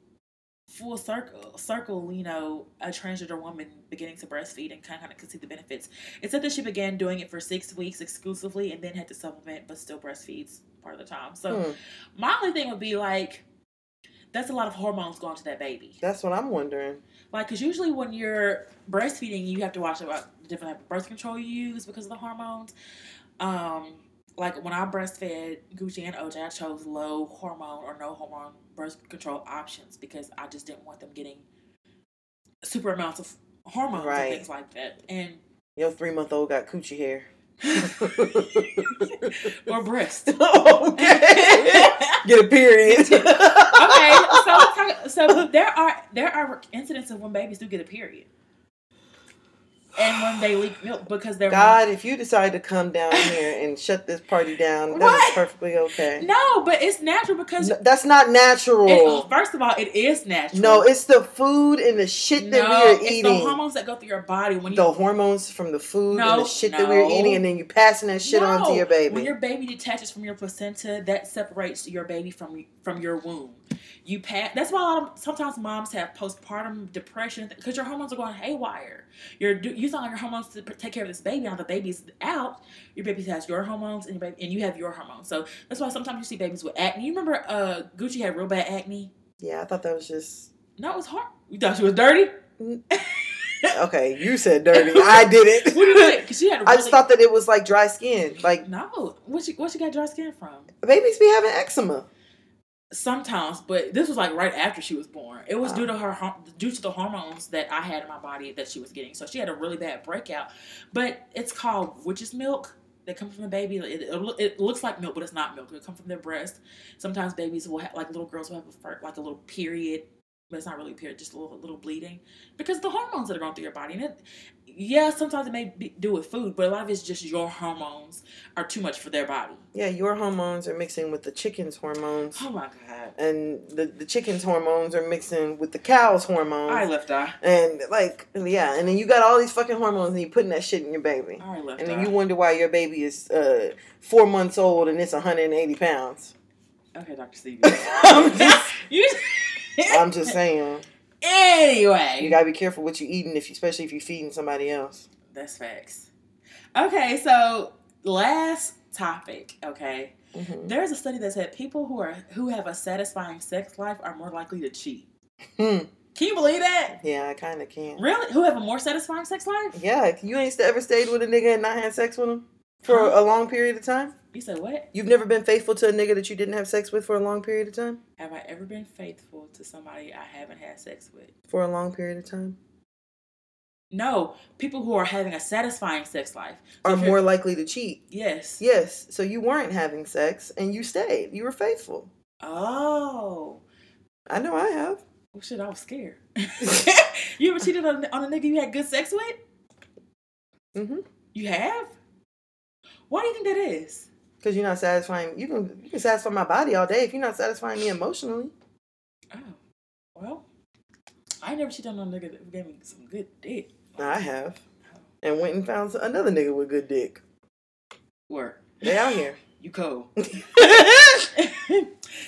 full circle circle you know a transgender woman beginning to breastfeed and kind of could see the benefits it said that she began doing it for six weeks exclusively and then had to supplement but still breastfeeds part of the time so Hmm. my only thing would be like that's a lot of hormones going to that baby That's what I'm wondering. like because usually when you're breastfeeding you have to watch about the different type of birth control you use because of the hormones um like when i breastfed gucci and oj i chose low hormone or no hormone birth control options because i just didn't want them getting super amounts of hormones Right. and things like that and Your three month old got [laughs] coochie hair. [laughs] or breast okay. Get a [laughs] period. [laughs] okay, so let's talk, so there are there are incidents of when babies do get a period, and when they leak milk because they're God, if you decide to come down here and shut this party down, that What? is perfectly okay. no, but it's natural because No, that's not natural. it, uh, first of all, it is natural. no, it's the food and the shit that No, we are it's eating. the hormones that go through your body when you The hormones from the food and the No, shit that we are no. eating, and then you passing that shit on to No, your baby. When your baby detaches from your placenta, that separates your baby from from your womb. You pass. That's why a lot of sometimes moms have postpartum depression because your hormones are going haywire. You're do- using all your hormones to pr- take care of this baby. Now the baby's out. Your baby has your hormones and your baby, and you have your hormones. So that's why sometimes you see babies with acne. You remember uh, Gucci had real bad acne. yeah, I thought that was just No, it was hard. You thought she was dirty? Okay, [laughs] you said dirty. I did What do you it. think? 'Cause she had really, [laughs] I just thought that it was like dry skin. Like No. What she, what she got dry skin from? babies be having eczema. Sometimes, but this was like right after she was born. It was Oh. due to her hor- due to the hormones that I had in my body that she was getting. So she had a really bad breakout. But it's called witch's milk that comes from the baby. It, it, loo- it looks like milk, but it's not milk. It comes from their breast. Sometimes babies will have like little girls will have a fir- like a little period, but it's not really a period, just a little little bleeding because the hormones that are going through your body. And it, yeah, sometimes it may be, do with food, but a lot of it's just your hormones are too much for their body. Yeah, your hormones are mixing with the chicken's hormones. [gasps] Oh my god. And the, the chicken's hormones are mixing with the cow's hormones. I left eye. and like, yeah, and then you got all these fucking hormones and you putting that shit in your baby. All right, left And eye. then you wonder why your baby is uh, four months old and it's 180 pounds. okay, Doctor Stevie. [laughs] [laughs] I'm just- you. I'm just saying. [laughs] anyway, Um, You gotta be careful what you eating, if especially if you're feeding somebody else. that's facts. Okay, so last topic. Okay, Mhm. there's a study that said people who are who have a satisfying sex life are more likely to cheat. Hmm. Can you believe that? Yeah, I kind of can. Really? Who have a more satisfying sex life? Yeah, you ain't ever stayed with a nigga and not had sex with him for Huh? a long period of time. You said what? You've never been faithful to a nigga that you didn't have sex with for a long period of time. Have I ever been faithful to somebody I haven't had sex with? For a long period of time, No, people who are having a satisfying sex life So are if you're- more likely to cheat. Yes. Yes, so you weren't having sex and you stayed. You were faithful. Oh. I know I have. Well, shit, I was scared. [laughs] you ever cheated on, on a nigga you had good sex with? Mm-hmm. You have? Why do you think that is? Because you're not satisfying. You can you can satisfy my body all day if you're not satisfying me emotionally. Oh, well, I never cheated on a nigga that gave me some good dick. I have, and went and found another nigga with good dick. Work. They [laughs] out here. You cold.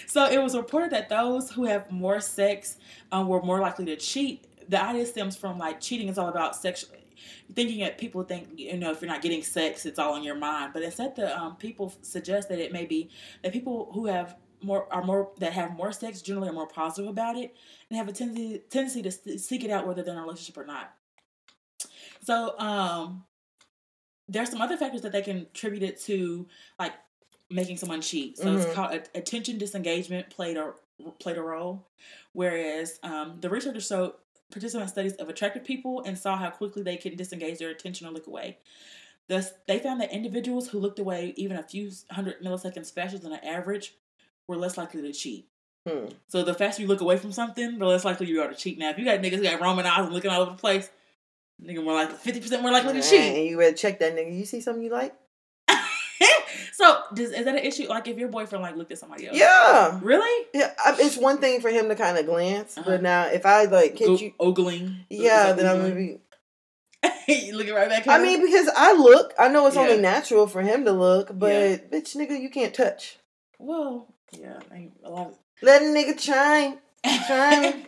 so it was reported that those who have more sex um, were more likely to cheat. The idea stems from like cheating is all about sexual thinking that people think you know if you're not getting sex it's all on your mind but instead the um, people suggest that it may be that people who have more are more that have more sex generally are more positive about it and have a tendency tendency to s- seek it out whether they're in a relationship or not so um there's some other factors that they can attribute it to like making someone cheat so Mhm. it's called a- attention disengagement played a played a role whereas um, the researchers showed participant studies of attractive people and saw how quickly they can disengage their attention or look away. Thus, they found that individuals who looked away even a few hundred milliseconds faster than an average were less likely to cheat. Hmm. So the faster you look away from something, the less likely you are to cheat. Now, if you got niggas who got Roman eyes and looking all over the place, nigga more likely fifty percent more likely to cheat. [laughs] And you better check that nigga. You see something you like? so, does, is that an issue? Like, if your boyfriend like looked at somebody else, Yeah. really, Yeah, I, it's one thing for him to kind of glance, Uh-huh. but now if I like Go- catch you, ogling, yeah, then I'm gonna Ogling. be. [laughs] you looking right back. I at mean, him? because I look, I know it's only Yeah. natural for him to look, but Yeah. bitch, nigga, you can't touch. well, yeah, I mean, a lot of Let a nigga chime, [laughs] [laughs] chime.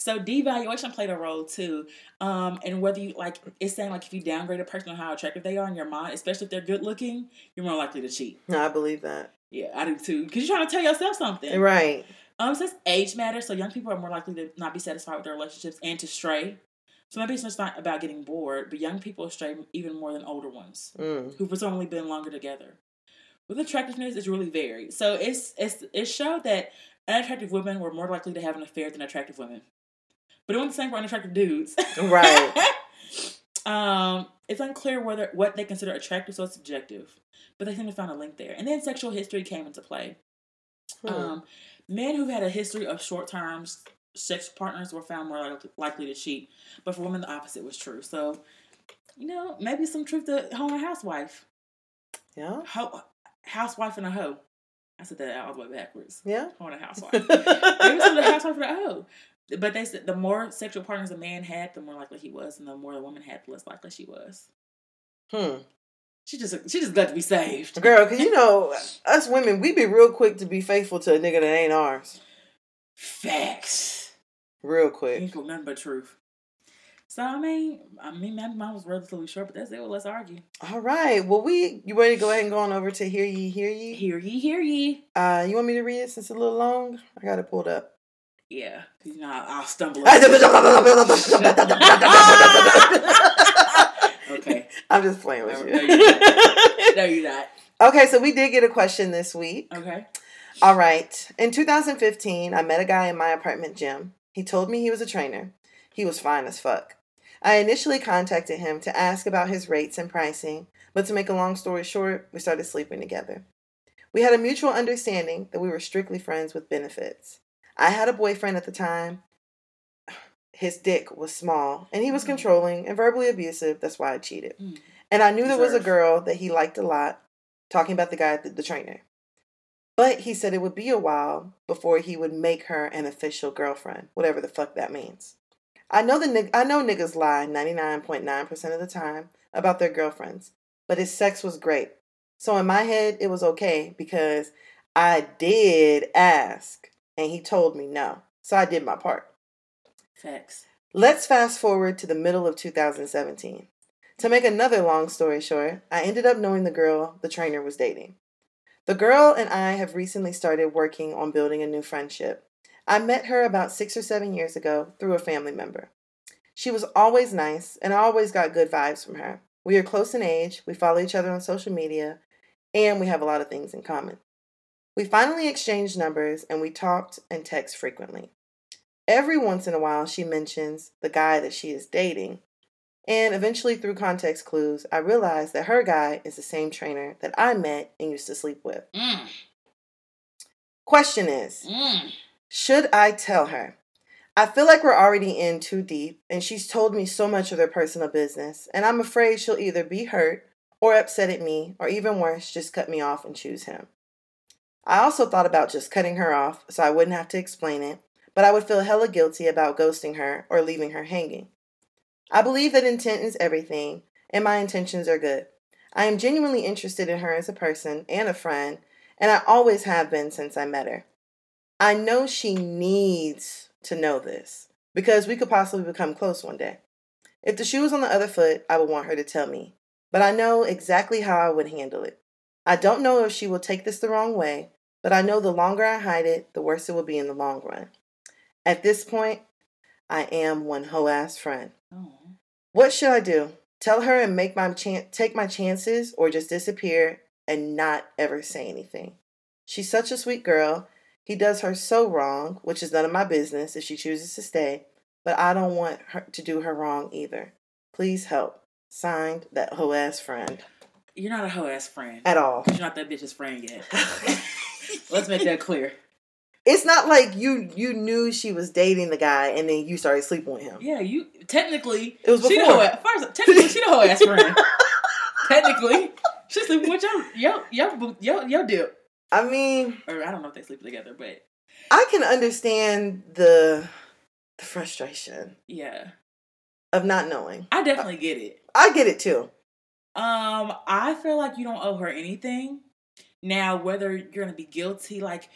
So devaluation played a role too, um, and whether you like it's saying like if you downgrade a person on how attractive they are in your mind, especially if they're good looking, you're more likely to cheat. no, I believe that. Yeah, I do too, because you're trying to tell yourself something. Right. Um, it says age matters, so young people are more likely to not be satisfied with their relationships and to stray. So maybe it's just not about getting bored, but young people stray even more than older ones Mm. who've presumably been longer together. With attractiveness, it's really varied. So it's it's it showed that unattractive women were more likely to have an affair than attractive women. But it wasn't the same for unattractive dudes. Right. [laughs] um, it's unclear whether what they consider attractive, so it's subjective. But they seem to find a link there. And then sexual history came into play. Hmm. Um, men who've had a history of short term sex partners were found more likely, likely to cheat, but for women, the opposite was true. So, you know, maybe some truth to home and housewife, yeah. ho- housewife and a hoe. I said that all the way backwards. Yeah. Home and a [laughs] housewife. maybe some of the housewife and a hoe. But they said the more sexual partners a man had, the more likely he was, and the more the woman had, the less likely she was. hmm. She just she just got to be saved. Girl, because you know, us women, we be real quick to be faithful to a nigga that ain't ours. Facts. Real You quick. ain't got nothing but truth. So I mean, I mean, my mine was relatively short, but that's it. Well, let's argue. All right. Well, we, you ready to go ahead and go on over to Hear Ye, Hear Ye? Hear ye, hear ye. Uh, you want me to read it since it's a little long? I got it pulled up. Yeah, 'cause, you know I, I'll stumble. I'm [laughs] [laughs] okay, just playing with No, you. no, you're not. [laughs] okay, so we did get a question this week. Okay. All right. In 2015, I met a guy in my apartment gym. He told me he was a trainer. He was fine as fuck. I initially contacted him to ask about his rates and pricing, but to make a long story short, we started sleeping together. We had a mutual understanding that we were strictly friends with benefits. I had a boyfriend at the time. [sighs] His dick was small, and he was Mhm. controlling and verbally abusive. That's why I cheated. Mm. And I knew there was a Deserve. girl that he liked a lot, talking about the guy, the, the trainer. But he said it would be a while before he would make her an official girlfriend, whatever the fuck that means. I know the nig- I know niggas lie 99.9% of the time about their girlfriends, but his sex was great. So in my head it was okay because I did ask and he told me no. So I did my part. Facts. Let's fast forward to the middle of 2017. To make another long story short, I ended up knowing the girl the trainer was dating. The girl and I have recently started working on building a new friendship. I met her about six or seven years ago through a family member. She was always nice, and I always got good vibes from her. We are close in age, we follow each other on social media, and we have a lot of things in common. We finally exchanged numbers and we talked and text frequently. Every once in a while, she mentions the guy that she is dating. And eventually, through context clues, I realized that her guy is the same trainer that I met and used to sleep with. Mm. Question is Mm. should I tell her? I feel like we're already in too deep, and she's told me so much of their personal business, and I'm afraid she'll either be hurt or upset at me, or even worse, just cut me off and choose him. I also thought about just cutting her off so I wouldn't have to explain it, but I would feel hella guilty about ghosting her or leaving her hanging. I believe that intent is everything, and my intentions are good. I am genuinely interested in her as a person and a friend, and I always have been since I met her. I know she needs to know this because we could possibly become close one day. If the shoe was on the other foot, I would want her to tell me, but I know exactly how I would handle it. I don't know if she will take this the wrong way, but I know the longer I hide it, the worse it will be in the long run. At this point, I am one hoe ass friend. Oh. What should I do? Tell her and make my chan- take my chances or just disappear and not ever say anything. She's such a sweet girl. He does her so wrong, which is none of my business if she chooses to stay, but I don't want her to do her wrong either. Please help. Signed, that hoe ass friend. You're not a hoe ass friend. At all. [laughs] You're not that bitch's friend yet. Let's make that clear. It's not like you you knew she was dating the guy and then you started sleeping with him. [laughs] Yeah, you technically It was she the before. hoe ass. First, technically she the hoe ass friend. technically, she's sleeping with your yo yo boo- yo yo dip. I mean, Or I don't know if they sleep together, but I can understand the the frustration yeah, of not knowing. I definitely get it. I get it too. [laughs] Um, I feel like you don't owe her anything. Now, whether you're gonna be guilty, like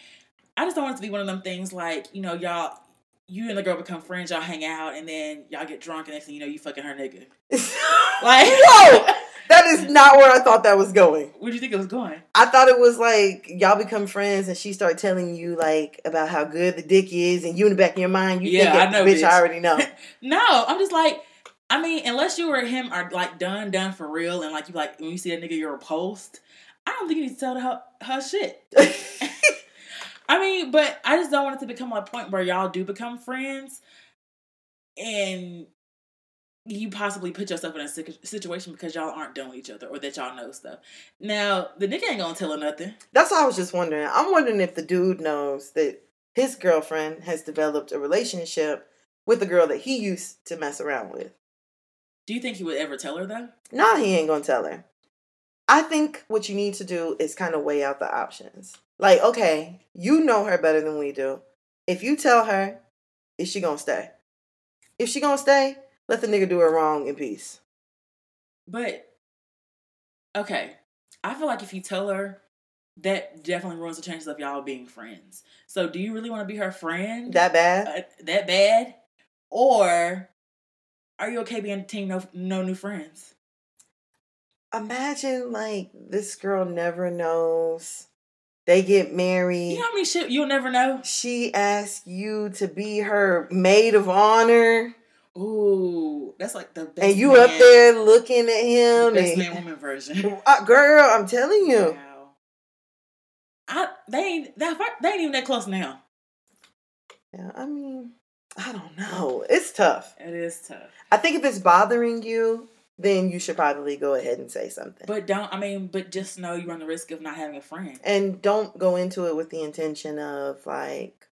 I just don't want it to be one of them things like, you know, y'all you and the girl become friends, y'all hang out, and then y'all get drunk and next thing you know you fucking her nigga. Like [laughs] Whoa! That is not where I thought that was going. Where'd you think it was going? I thought it was like y'all become friends and she start telling you like about how good the dick is and you in the back of your mind you Yeah, think I it, know bitch, this." I already [laughs] know. No, I'm just like, I mean, unless you or him are like done, done for real, and like you like when you see that nigga, you're repulsed. I don't think you need to tell her her shit. [laughs] I mean, but I just don't want it to become a point where y'all do become friends, and you possibly put yourself in a sic- situation because y'all aren't done with each other or that y'all know stuff. Now the nigga ain't gonna tell her nothing. That's what I was just wondering. I'm wondering if the dude knows that his girlfriend has developed a relationship with the girl that he used to mess around with. Do you think he would ever tell her though? Nah, he ain't gonna tell her. I think what you need to do is kind of weigh out the options. Like, okay, you know her better than we do. If you tell her, is she gonna stay? If she gonna stay, let the nigga do her wrong in peace. But okay, I feel like if you tell her, that definitely ruins the chances of y'all being friends. So, do you really want to be her friend That bad? uh, that bad, or are you okay being team no no new friends? Imagine like this girl never knows They get married. You know how many shit you'll never know? She asks you to be her maid of honor, Ooh, that's like the best. and you man- up there looking at him. Best and- man woman [laughs] version. Uh, girl, I'm telling you. Wow. I they ain't that far, they ain't even that close now. Yeah, I mean, I don't know. It's tough. It is tough, I think if it's bothering you, then you should probably go ahead and say something. but don't. I mean, but just know you run the risk of not having a friend. and don't go into it with the intention of like,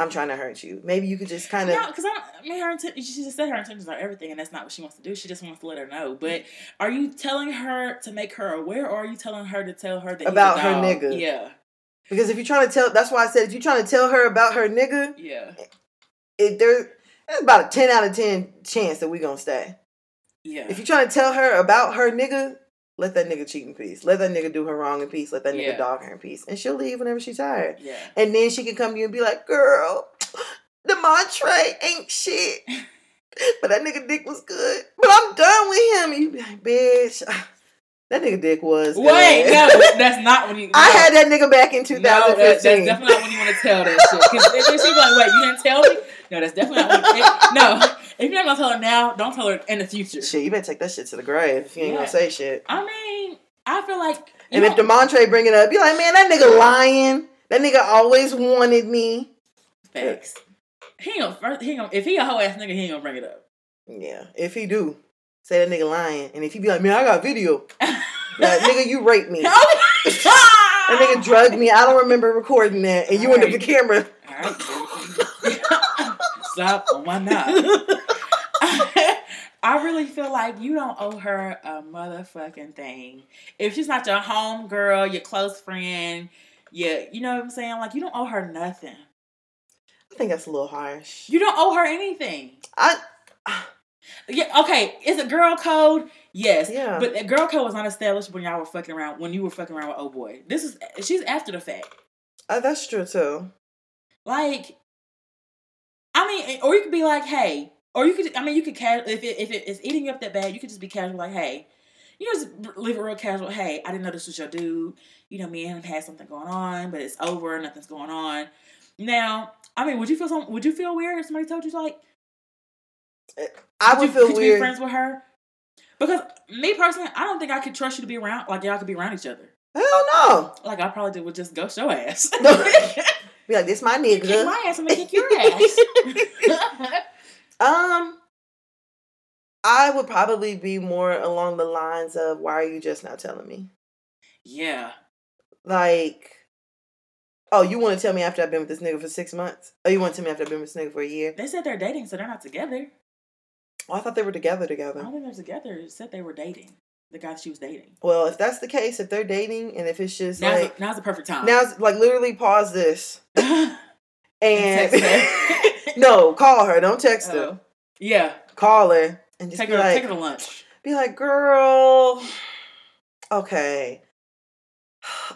I'm trying to hurt you. Maybe you could just kind of. No, because I, don't- I mean, her inten- she just said her intentions are everything, and that's not what she wants to do. She just wants to let her know. But Mm-hmm. are you telling her to make her aware, or are you telling her to tell her that he's a About her dog? nigga. Yeah, Because if you're trying to tell, that's why I said if you're trying to tell her about her nigga, yeah, it, there, there's about a 10 out of 10 chance that we're going to stay. yeah. If you're trying to tell her about her nigga, let that nigga cheat in peace. Let that nigga do her wrong in peace. Let that nigga Yeah. dog her in peace. And she'll leave whenever she's tired. yeah, And then she can come to you and be like, girl, the Montre [laughs] ain't shit. But that nigga dick was good. But I'm done with him. And you be like, bitch, [sighs] that nigga dick was good. wait, no, that's not when you. [laughs] I no. had that nigga back in No, that- 2015. that's definitely not when you want to tell that shit. Because then she's like, "Wait, you didn't tell me?" No, that's definitely not. When, if, no, if you're not gonna tell her now, don't tell her in the future. shit, you better take that shit to the grave if you ain't gonna Yeah. say shit. I mean, I feel like. you And if know- Demontre bring it up, be like, man, that nigga lying. That nigga always wanted me. facts, he ain't gonna first. He ain't gonna, if he a whole ass nigga, he ain't gonna bring it up. Yeah, if he do, say that nigga lying. And if he be like, man, I [laughs] got video. Like, nigga, you raped me. That nigga drugged me. I don't remember recording that. And you under the Right. camera. All right. Stop on my knob. I really feel like you don't owe her a motherfucking thing. If she's not your home girl, your close friend, yeah, you know what I'm saying? Like you don't owe her nothing. I think that's a little harsh. You don't owe her anything. I Yeah, okay. It's a girl code, yes. Yeah. But the girl code was not established when y'all were fucking around when you were fucking around with oh boy. This is she's after the fact. uh, that's true too. Like, I mean, eh, or you could be like, hey, or you could, I mean, you could casual if it if it is eating you up that bad, you could just be casual, like, hey, you know, just leave it real casual. Hey, I didn't know this was your dude. You know, me and him had something going on, but it's over. Nothing's going on. Now, I mean, would you feel some? Would you feel weird if somebody told you like, I could would you, feel could you be weird. friends with her? Because me personally, I don't think I could trust you to be around. Like y'all could be around each other. Hell Like I probably would just ghost your ass. no. be like, this my [laughs] kick nigga. my ass. I'm gonna kick [laughs] your ass. Um, I would probably be more along the lines of, why are you just now telling me? yeah. Like, oh, you want to tell me after I've been with this nigga for six months? Oh, you want to tell me after I've been with this nigga for a year? They said they're dating, so they're not together. Oh, I thought they were together I together. don't think they're together. It said they were dating. The guy she was dating. Well, if that's the case, if they're dating and if it's just Now's, like, now's the perfect time. [laughs] now's [laughs] like literally pause this and Text her. [laughs] [laughs] no, call her. Don't text her. Oh. yeah. call her and just Take be her, like, take her to lunch. be like, girl, okay,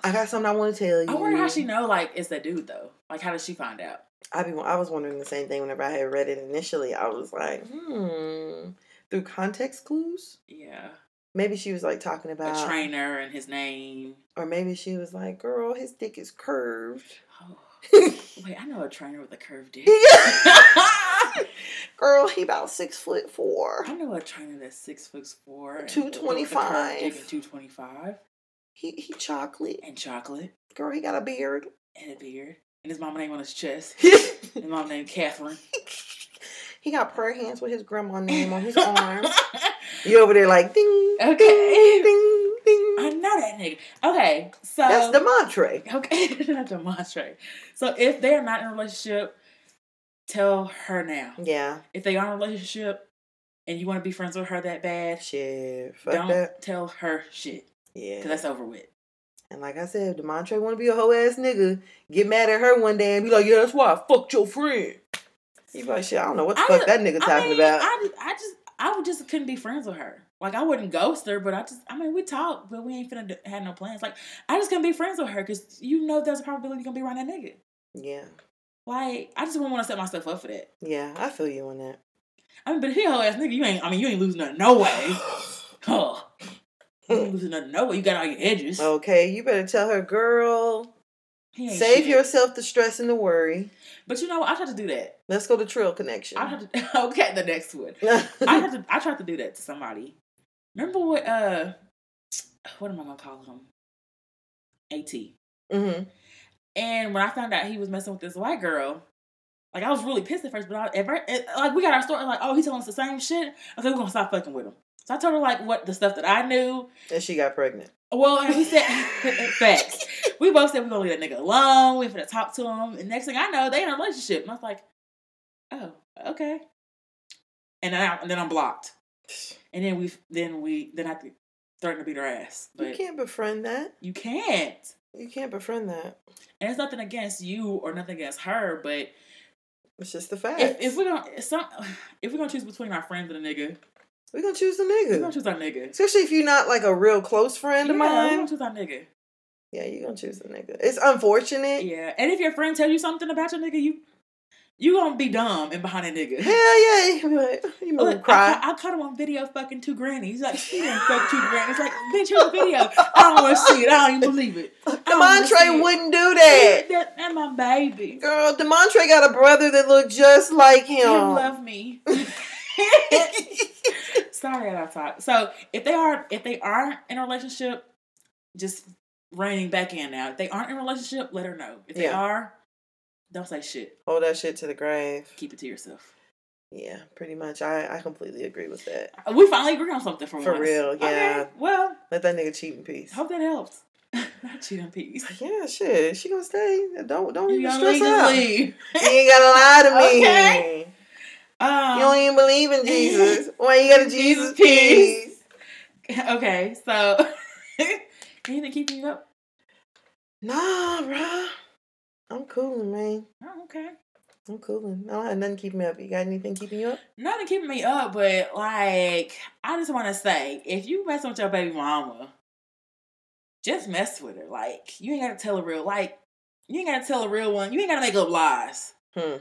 I got something I want to tell you. I wonder how mm-hmm. she know, like, it's that dude, though. Like, how does she find out? I be, I was wondering the same thing whenever I had read it initially. I was like, hmm, through context clues. Yeah. Maybe she was like talking about, A trainer and his [laughs] name. or maybe she was like, girl, his dick is curved. [laughs] Oh. Wait, I know a trainer with a curved dick. girl, he about six foot four. I know a trainer that's six foot four. and- with 225. a curved dick and 225. He he chocolate. And chocolate. Girl, he got a beard. [laughs] And a beard. And his mama name on his chest. His mom named [laughs] Catherine. he got prayer hands with his grandma name on his [laughs] arm. You over there like ding, Okay. ding, ding, ding. I know that nigga. Okay, so That's the mantra. okay. [laughs] Not demonstrate. So if they are not in a relationship, tell her now. Yeah, If they are in a relationship and you want to be friends with her that bad, shit, fuck don't that. tell her shit because Yeah, that's over with. and like I said, the mantra want to be a hoe ass nigga. Get mad at her one day and be like, yeah, that's why I fucked your friend. You like shit. I don't know what the I fuck don't- that nigga I talking mean, about. I, just- I just I would just couldn't be friends with her. Like I wouldn't ghost her, but I just I mean we talk, but we ain't finna do, had no plans. Like I just couldn't be friends with her because you know there's a probability you're gonna be around that nigga. yeah, Like I just wouldn't want to set myself up for that. yeah, I feel you on that. I mean, but if he a whole ass nigga, you ain't. I mean, you ain't losing nothing, no [sighs] way. [laughs] Oh, Huh. You ain't losing nothing, no way. You got all your edges. Okay, you better tell her, girl. He ain't Save shit. yourself the stress and the worry. But you know, what? I tried to do that. Let's go to Trill Connection. [laughs] I tried to. [laughs] Okay, the next one. I I, had to. I tried to do that to somebody. Remember what? Uh, what am I gonna call him? At. hmm And when I found out he was messing with this white girl, like I was really pissed at first. But I, at first, it- like we got our story, like oh he's telling us the same shit. Okay, we're gonna stop fucking with him. So I told her like what the stuff that I knew. And she got pregnant. Well, and we said [laughs] facts. We both said we're gonna leave that nigga alone. We're gonna talk to him. And next thing I know, they in a relationship. And I was like, oh okay. And then, I, and then I'm blocked. And then we then we then I threatened to beat her ass. But You can't befriend that. You can't. You can't befriend that. And it's nothing against you or nothing against her, but It's just the fact. if, if we're gonna if some if we're gonna choose between our friends and a nigga, we're gonna choose the we're gonna nigga. choose our nigga. Especially if you're not like a real close friend yeah, of we're gonna mine. choose our nigga. Yeah, you're gonna choose the nigga. It's unfortunate. Yeah, and if your friend tell you something about your nigga, you you gonna be dumb and behind a nigga. Hell yeah. [laughs] Like, you [laughs] Look, gonna I cry. ca- I, caught him on video fucking two grannies. Like she didn't fuck two grannies. Like bitch, here's the video. I don't want to see it. I don't even believe [laughs] it. wanna see Demontre it. wouldn't do that. That, that my baby. Girl, Demontre got a brother that looked just like You [laughs] him. love me. [laughs] Sorry that I talk. So if they are if they aren't in a relationship, just reining back in now. If they aren't in a relationship, let her know. If they Yeah. are, don't say shit. Hold that shit to the grave. Keep it to yourself. Yeah, pretty much. I, I completely agree with that. Uh, We finally agree on something for, For once. real, yeah. well, Let that nigga cheat in peace. hope that helps. [laughs] Not cheat in peace. Yeah, shit. She gonna stay. Don't don't You even gotta stress leave, just out. leave. [laughs] You ain't gotta lie to me. Okay. Um, You don't even believe [laughs] in Jesus. Why you got a Jesus piece? okay, so [laughs] anything keeping you up? Nah, bruh. I'm coolin', man. Oh, okay. I'm coolin'. I don't have nothing keeping me up. You got anything keeping you up? Nothing keeping me up, but like I just want to say, if you mess with your baby mama, just mess with her. Like you ain't gotta tell a real, like you ain't gotta tell a real one. You ain't gotta make up lies. Hmm.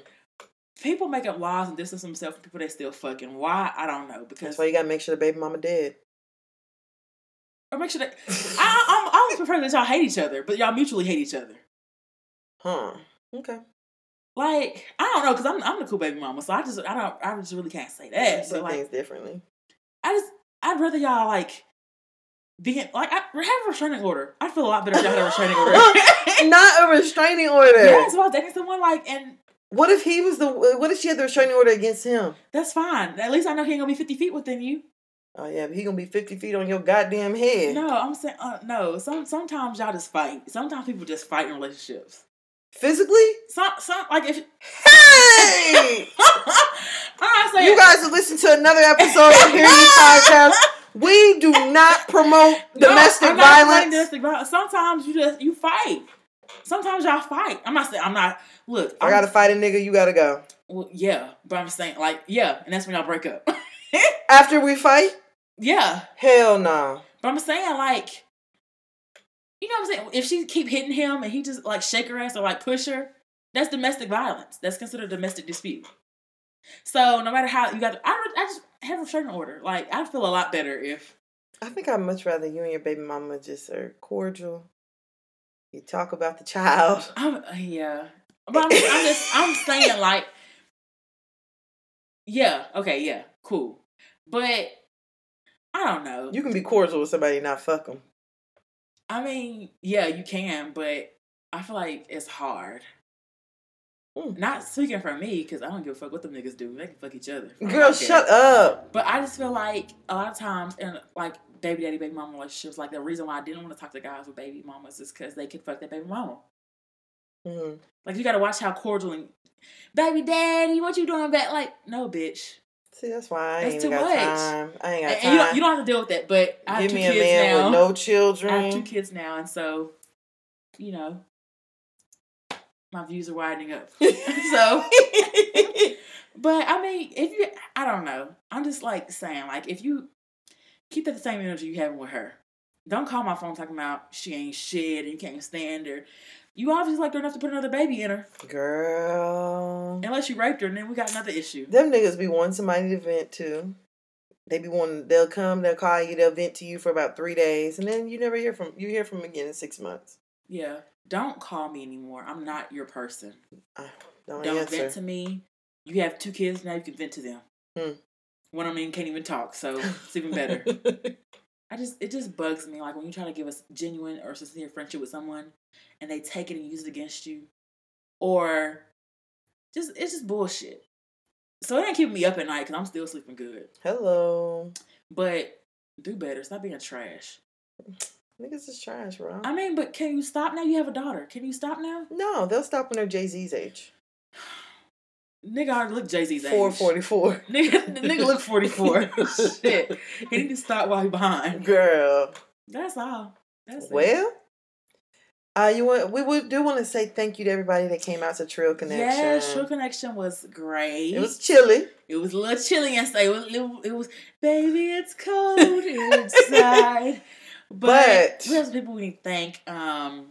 People make up lies and distance themselves from people they still fucking. Why I don't know. Because That's why you gotta make sure the baby mama dead. or make sure that [laughs] I, I, I'm, I always prefer that y'all hate each other, but y'all mutually hate each other. Huh. Okay. Like I don't know, cause I'm I'm the cool baby mama, so I just I don't I just really can't say that. Do But like things differently. I just I'd rather y'all like be in, like I have a restraining order. I'd feel a lot better if y'all had a restraining [laughs] order. Not a restraining order. yes, if I was dating someone like and What if he was the? What if she had the restraining order against him? that's fine. At least I know he ain't gonna be fifty feet within you. Oh yeah, but he gonna be fifty feet on your goddamn head. No, I'm saying uh, no. Some sometimes y'all just fight. Sometimes people just fight in relationships. Physically? Some some like if [laughs] Hey! I'm not saying you guys have listened to another episode of [laughs] Hear You Podcast. We do not promote No, domestic I'm not saying violence. Domestic violence. Sometimes you just you fight. Sometimes y'all fight. I'm not saying I'm not. Look, I I'm- gotta fight a nigga. You gotta go. Well, yeah, but I'm saying like yeah, and that's when y'all break up. [laughs] After we fight? yeah, Hell no. But I'm saying like, you know what I'm saying? If she keep hitting him and he just like shake her ass or like push her, that's domestic violence. That's considered domestic dispute. So no matter how you got, I don't- I just have a restraining order. Like I'd feel a lot better if I think I'd much rather you and your baby mama just are cordial. You talk about the child. I'm yeah. But I'm, I'm just I'm saying like, yeah, okay, yeah, cool. But I don't know. You can be cordial with somebody, and not fuck them. I mean, yeah, you can, but I feel like it's hard. Mm. Not speaking for me, because I don't give a fuck what them niggas do. They can fuck each other. Girl, shut up. But I just feel like a lot of times in like baby daddy, baby mama relationships, like the reason why I didn't want to talk to guys with baby mamas is because they could fuck their baby mama. Mhm. Like you gotta watch how cordial and baby daddy, what you doing back? Like, no, bitch. See, that's why I That's ain't too even got much. time. I And, ain't got and time. you, don't, you don't have to deal with that, but I have Give two me a kids man now. with no I have two children. kids now, and so, you know, my views are widening up. [laughs] so, but I mean, if you, I don't know. I'm just like saying, like, if you keep that the same energy you having with her, don't call my phone talking about she ain't shit and you can't stand her. You obviously like her enough to put another baby in her, Girl. unless you raped her, and then we got another issue. Them niggas be wanting somebody to vent to. They be wanting they'll come, they'll call you, they'll vent to you for about three days, and then you never hear from you hear from 'em again in six months. Yeah. Don't call me anymore. I'm not your person. I don't, Don't answer. vent to me. You have two kids now. You can vent to them. Hmm. One of them can't even talk, so it's even [laughs] better. I just it just bugs me like when you try to give us genuine or sincere friendship with someone, and they take it and use it against you, or just it's just bullshit. So it ain't keeping me up at night because I'm still sleeping good. Hello. But do better. Stop being trash. Niggas is trash, bro. I mean, but can you stop now? You have a daughter. Can you stop now? no, they'll stop when they're Jay Z's age. Nigga, I already look Jay Z's age. [laughs] 444. Nigga, nigga look 44. [laughs] Shit. He need to stop while he behind. Girl. That's all. That's it. Well, uh, you want we would do want to say thank you to everybody that came out to Trill Connection. Yeah, True Connection was great. It was chilly. a little chilly yesterday. It was, it was, it was baby, it's cold [laughs] inside. But, But- we have some people we thank. Um,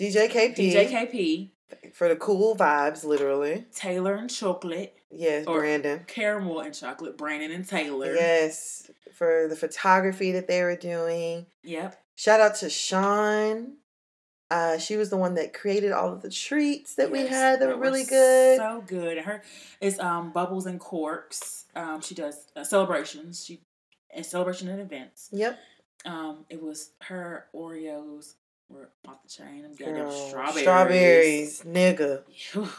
DJ KP, DJKP, for the cool vibes, literally. Taylor and Chocolate, Yes, Or- Brandon. Caramel and Chocolate, Brandon and Taylor. Yes, for the photography that they were doing. Yep. Shout out to Sean. Uh, she was the one that created all of the treats that we Yes, had that they were really good. So good. And Her is um bubbles and corks. Um, she does uh, celebrations. She and celebration and events. yep. Um, it was her Oreos were off the chain. I'm goddamn Girl, strawberries. Strawberries, nigga. [sighs]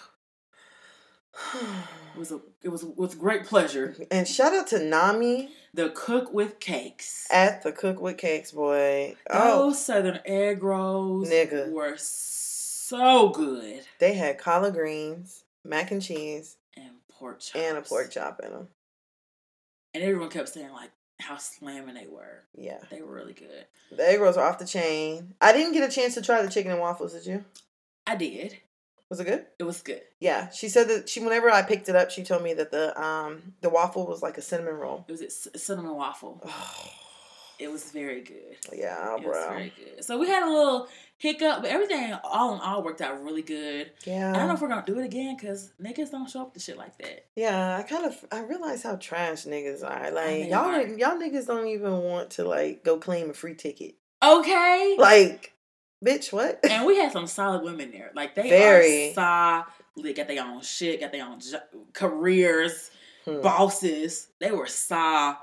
It was a, it was with great pleasure. and shout out to Nami The cook with cakes. at the Cook with Cakes boy. Oh, Those southern egg rolls Nigga. were so good. they had collard greens, mac and cheese, And pork chops. and a pork chop in them. And everyone kept saying like how slamming they were. Yeah, They were really good. the egg rolls are off the chain. I didn't get a chance to try the chicken and waffles. Did you? I did. Was it good? It was good. Yeah, she said that she. Whenever I picked it up, she told me that the um the waffle was like a cinnamon roll. It was a c- cinnamon waffle. It was very good. [sighs] yeah, it was bro. very good. So we had a little hiccup, but everything all in all worked out really good. Yeah, I don't know if we're gonna do it again because niggas don't show up to shit like that. yeah. I kind of I realize how trash niggas are. Like they y'all, are. y'all niggas don't even want to like go claim a free ticket. Okay. Like, bitch, what? [laughs] and we had some solid women there. Like they Very. are solid. Got their own shit. Got their own jo- careers, [laughs] Hmm. bosses. They were solid.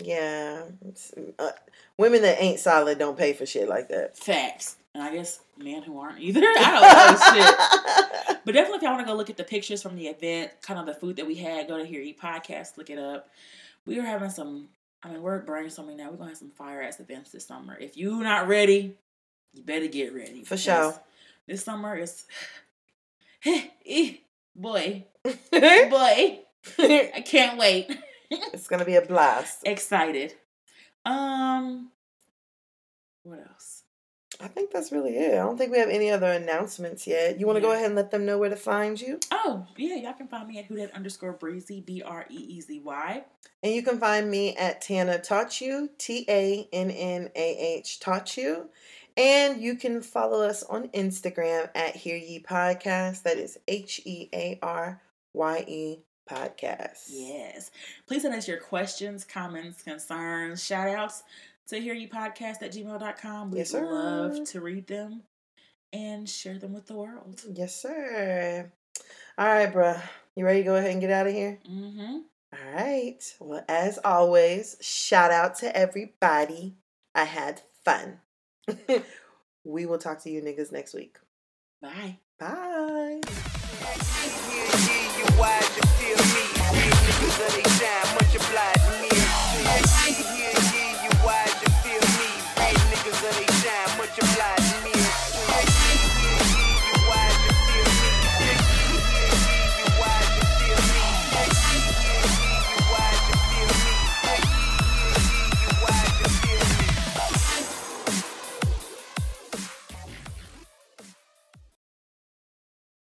Yeah, it's- uh, women that ain't solid don't pay for shit like that. Facts. And I guess men who aren't either. [laughs] I don't [laughs] know shit. But definitely, if y'all want to go look at the pictures from the event, kind of the food that we had, go to Here Eat Podcast, look it up. We are having some, I mean, we're brainstorming now. We're going to have some fire ass events this summer. If you not ready, you better get ready. For because sure. This summer is, [sighs] Eh, [laughs] boy, Eh? boy, [laughs] I can't wait. it's gonna be a blast. Excited. Um, what else? I think that's really it. I don't think we have any other announcements yet. You want to go Yeah. ahead and let them know where to find you, Oh, yeah, y'all can find me at who that underscore breezy, B R E E Z Y. and you can find me at Tana Tachu, T A N N A H Tachu, and you can follow us on Instagram at Hear Ye Podcast. That is H E A R Y E Podcast. Yes. Please send us your questions, comments, concerns, shout outs to hear you podcast at gmail.com. We Yes, would sir. love to read them and share them with the world. Yes, sir. All right, bruh. You ready to go ahead and get out of here? Mm-hmm. All right. Well, as always, shout out to everybody. I had [laughs] fun. we will talk to you niggas next week. Bye. Bye.